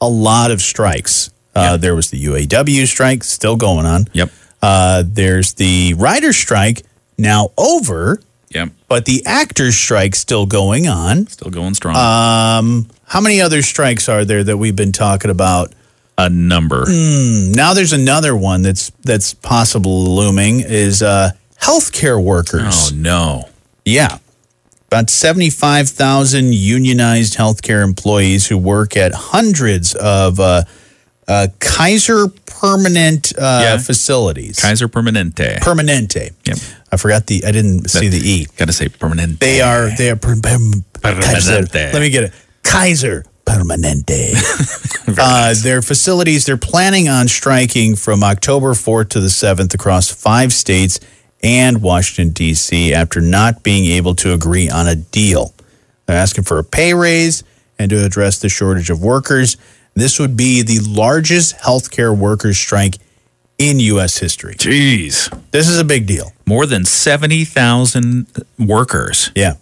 Speaker 3: a lot of strikes. Uh, There was the UAW strike still going on.
Speaker 2: Yep.
Speaker 3: Uh, there's the writer strike now over,
Speaker 2: Yep.
Speaker 3: but the actors strike still going on. Uh,
Speaker 2: Still going strong.
Speaker 3: How many other strikes are there that we've been talking about?
Speaker 2: A number.
Speaker 3: Now there's another one that's that's possible looming is uh, healthcare workers.
Speaker 2: Oh no.
Speaker 3: Yeah. About 75,000 unionized healthcare employees who work at hundreds of uh, uh, Kaiser permanent uh,
Speaker 2: Yeah.
Speaker 3: facilities.
Speaker 2: Kaiser Permanente.
Speaker 3: Permanente.
Speaker 2: Yep.
Speaker 3: I forgot the, I didn't see the E.
Speaker 2: Gotta say Permanente.
Speaker 3: They are, they are, per- per- Kaiser.
Speaker 2: Permanente.
Speaker 3: Let me get it. Kaiser Permanente. uh, their facilities, they're planning on striking from October 4th to the 7th across five states and Washington, D.C., after not being able to agree on a deal. They're asking for a pay raise and to address the shortage of workers. This would be the largest healthcare workers' strike in U.S. history.
Speaker 2: Jeez.
Speaker 3: This is a big deal.
Speaker 2: More than 70,000 workers.
Speaker 3: Yeah.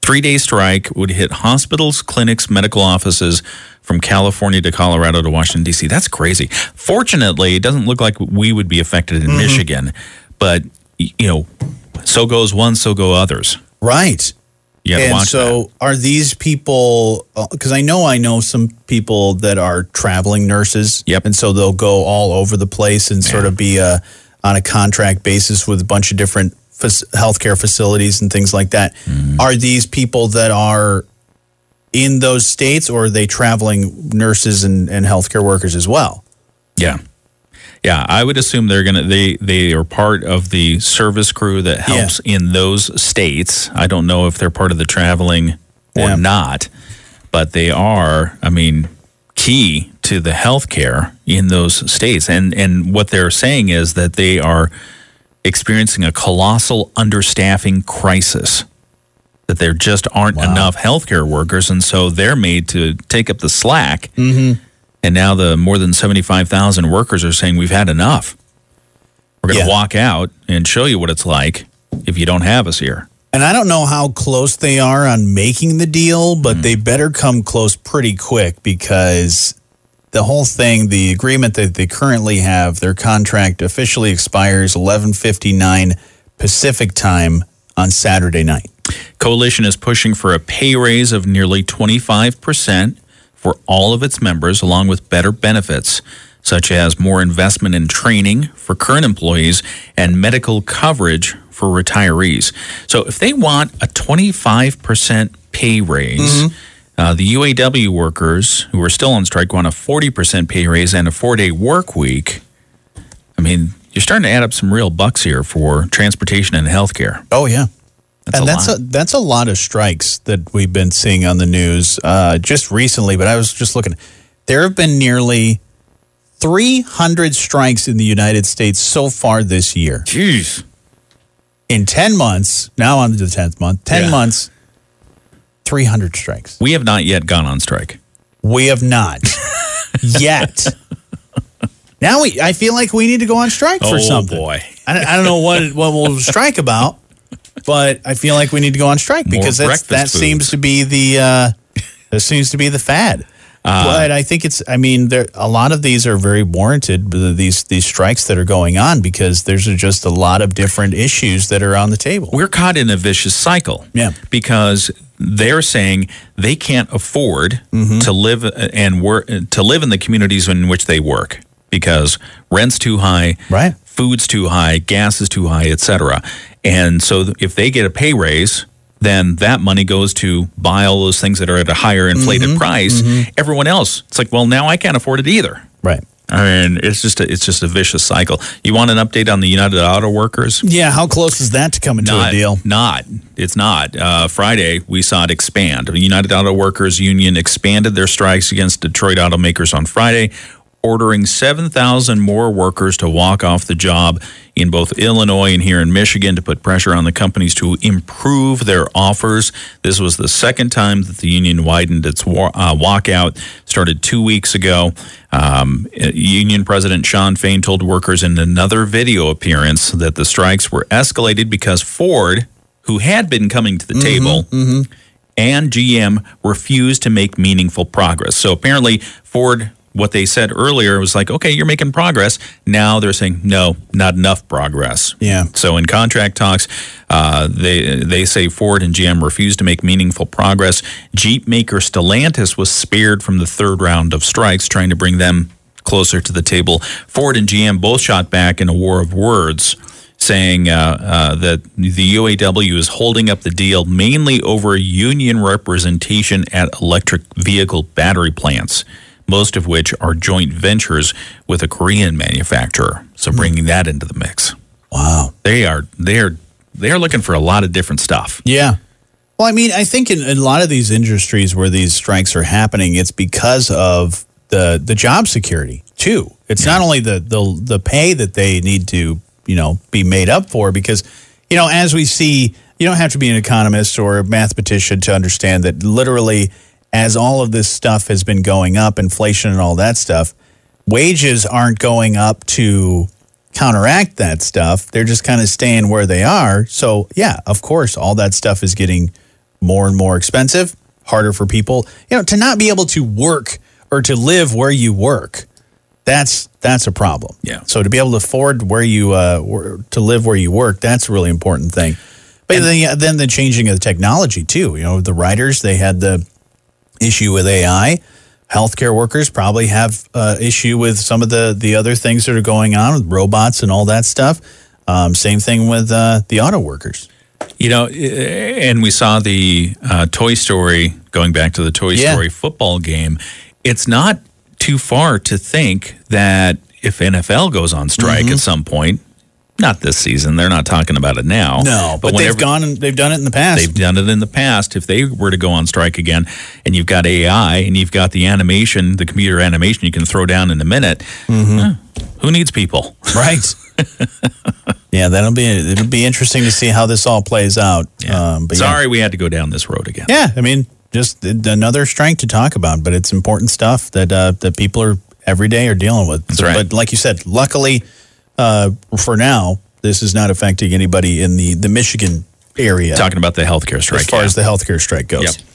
Speaker 2: Three day strike would hit hospitals, clinics, medical offices from California to Colorado to Washington, D.C. That's crazy. Fortunately, it doesn't look like we would be affected
Speaker 3: Mm-hmm.
Speaker 2: in Michigan, but, y- you know, so goes one, so go others.
Speaker 3: Right.
Speaker 2: You gotta
Speaker 3: and
Speaker 2: watch
Speaker 3: so are these people because i know i know some people that are traveling nurses
Speaker 2: Yep.
Speaker 3: and so they'll go all over the place and sort of be uh, on a contract basis with a bunch of different fac- healthcare facilities and things like that
Speaker 2: Mm-hmm.
Speaker 3: are these people that are in those states or are they traveling nurses and, and healthcare workers as well
Speaker 2: that. Yeah. Yeah, I would assume they're gonna they they are part of the service crew that
Speaker 3: Yeah.
Speaker 2: helps in those states. I don't know if they're part of the traveling or
Speaker 3: Yeah.
Speaker 2: not, but they are. I mean, key to the healthcare in those states, and and what they're saying is that they are experiencing a colossal understaffing crisis. That there just aren't enough healthcare workers, and so they're made to take up the slack. And now the more than 75,000 workers are saying, we've had enough. We're going to
Speaker 3: Yeah.
Speaker 2: walk out and show you what it's like if you don't have us here.
Speaker 3: and i don't know how close they are on making the deal but
Speaker 2: Hmm.
Speaker 3: they better come close pretty quick because the whole thing, the agreement that they currently have, their contract officially expires 11:59 Pacific time on Saturday night.
Speaker 2: Coalition is pushing for a pay raise of nearly 25% for all of its members, along with better benefits, such as more investment in training for current employees and medical coverage for retirees. So, if they want a 25% pay raise,
Speaker 3: Mm-hmm.
Speaker 2: uh, the UAW workers who are still on strike want a 40% pay raise and a four day work week. I mean, you're starting to add up some real bucks here for transportation and healthcare.
Speaker 3: Oh yeah.
Speaker 2: That's
Speaker 3: and
Speaker 2: a
Speaker 3: that's
Speaker 2: lot.
Speaker 3: a that's a lot of strikes that we've been seeing on the news uh, just recently. But I was just looking; there have been nearly 300 strikes in the United States so far this year.
Speaker 2: Jeez.
Speaker 3: In 10 months, now on to the 10th month, 10
Speaker 2: Yeah.
Speaker 3: months, 300 strikes.
Speaker 2: We have not yet gone on strike.
Speaker 3: We
Speaker 2: [laughs]
Speaker 3: have not yet. Now we, I feel like we need to go on strike for
Speaker 2: Oh,
Speaker 3: something.
Speaker 2: boy.
Speaker 3: I, don't- I don't know what it-
Speaker 2: [laughs]
Speaker 3: what we'll strike about, but I feel like we need to go on strike because that's,
Speaker 2: breakfast
Speaker 3: that
Speaker 2: foods.
Speaker 3: seems to be the uh, that seems to be the fad.
Speaker 2: Uh,
Speaker 3: but I think it's. I mean, there a lot of these are very warranted. but These these strikes that are going on because there's just a lot of different issues that are on the table.
Speaker 2: We're caught in a vicious cycle.
Speaker 3: Yeah.
Speaker 2: Because they're saying they can't afford
Speaker 3: Mm-hmm.
Speaker 2: to live uh, and work to live in the communities in which they work because rent's too high,
Speaker 3: Right.
Speaker 2: Food's too high, gas is too high, etc. And so th- if they get a pay raise, then that money goes to buy all those things that are at a higher inflated
Speaker 3: Mm-hmm.
Speaker 2: price. Everyone else, it's like, well, now I can't afford it either.
Speaker 3: Right.
Speaker 2: I mean, it's just a, it's just a vicious cycle. You want an update on the United Auto Workers?
Speaker 3: Yeah. How close is that to coming to a deal?
Speaker 2: Not. It's not. Uh, Friday, we saw it expand. The United Auto Workers Union expanded their strikes against Detroit automakers on Friday, ordering 7,000 more workers to walk off the job in both Illinois and here in Michigan to put pressure on the companies to improve their offers. This was the second time that the union widened its war, uh, walkout, started two weeks ago. Um, uh, union President Sean Fain told workers in another video appearance that the strikes were escalated because Ford, who had been coming to the table, and GM refused to make meaningful progress. So apparently, Ford what they said earlier was like, okay, you're making progress. Now they're saying, no, not enough progress.
Speaker 3: Yeah.
Speaker 2: So in contract talks, uh, they they say Ford and GM refused to make meaningful progress. Jeep maker Stellantis was spared from the third round of strikes, trying to bring them closer to the table. Ford and GM both shot back in a war of words, saying uh, uh, that the UAW is holding up the deal mainly over union representation at electric vehicle battery plants. Most of which are joint ventures with a Korean manufacturer. So bringing that into the mix
Speaker 3: Wow.
Speaker 2: they are they're they're looking for a lot of different stuff.
Speaker 3: Yeah. Well, I mean, I think in, in a lot of these industries where these strikes are happening, it's because of the the job security too. It's not only the the the pay that they need to you know be made up for because you know as we see, you don't have to be an economist or a mathematician to understand that literally as all of this stuff has been going up, inflation and all that stuff, wages aren't going up to counteract that stuff. They're just kind of staying where they are. So, yeah, of course, all that stuff is getting more and more expensive, harder for people, you know, to not be able to work or to live where you work. That's that's a problem.
Speaker 2: Yeah.
Speaker 3: So to be able to afford where you uh where, to live where you work, that's a really important thing. But then yeah, then the changing of the technology too. You know, the writers they had the issue with AI. Healthcare workers probably have uh, issue with some of the the other things that are going on with robots and all that stuff. Um, same thing with uh, the auto workers.
Speaker 2: You know, eh, and we saw the uh, Toy Story going back to the Toy
Speaker 3: Yeah.
Speaker 2: Story football game. It's not too far to think that if NFL goes on strike
Speaker 3: Mm-hmm.
Speaker 2: at some point, not this season, they're not talking about it now.
Speaker 3: but,
Speaker 2: whenever-
Speaker 3: they've gone and they've done it in the past.
Speaker 2: They've [laughs] done it in the past. If they were to go on strike again, and you've got AI and you've got the animation, the computer animation you can throw down in a minute,
Speaker 3: Mm-hmm.
Speaker 2: eh, who needs people?
Speaker 3: Right. [laughs] yeah, that'll be it'll be interesting to see how this all plays out. Um, but
Speaker 2: Sorry, we had to go down this road again.
Speaker 3: yeah, yeah, I mean, just another strength to talk about, but it's important stuff that uh, that people are every day are dealing with. That's
Speaker 2: right.
Speaker 3: But like you said, luckily uh, for now, this is not affecting anybody in the the Michigan area
Speaker 2: talking about the healthcare strike.
Speaker 3: as far
Speaker 2: yeah.
Speaker 3: as the healthcare strike goes.
Speaker 2: Yep.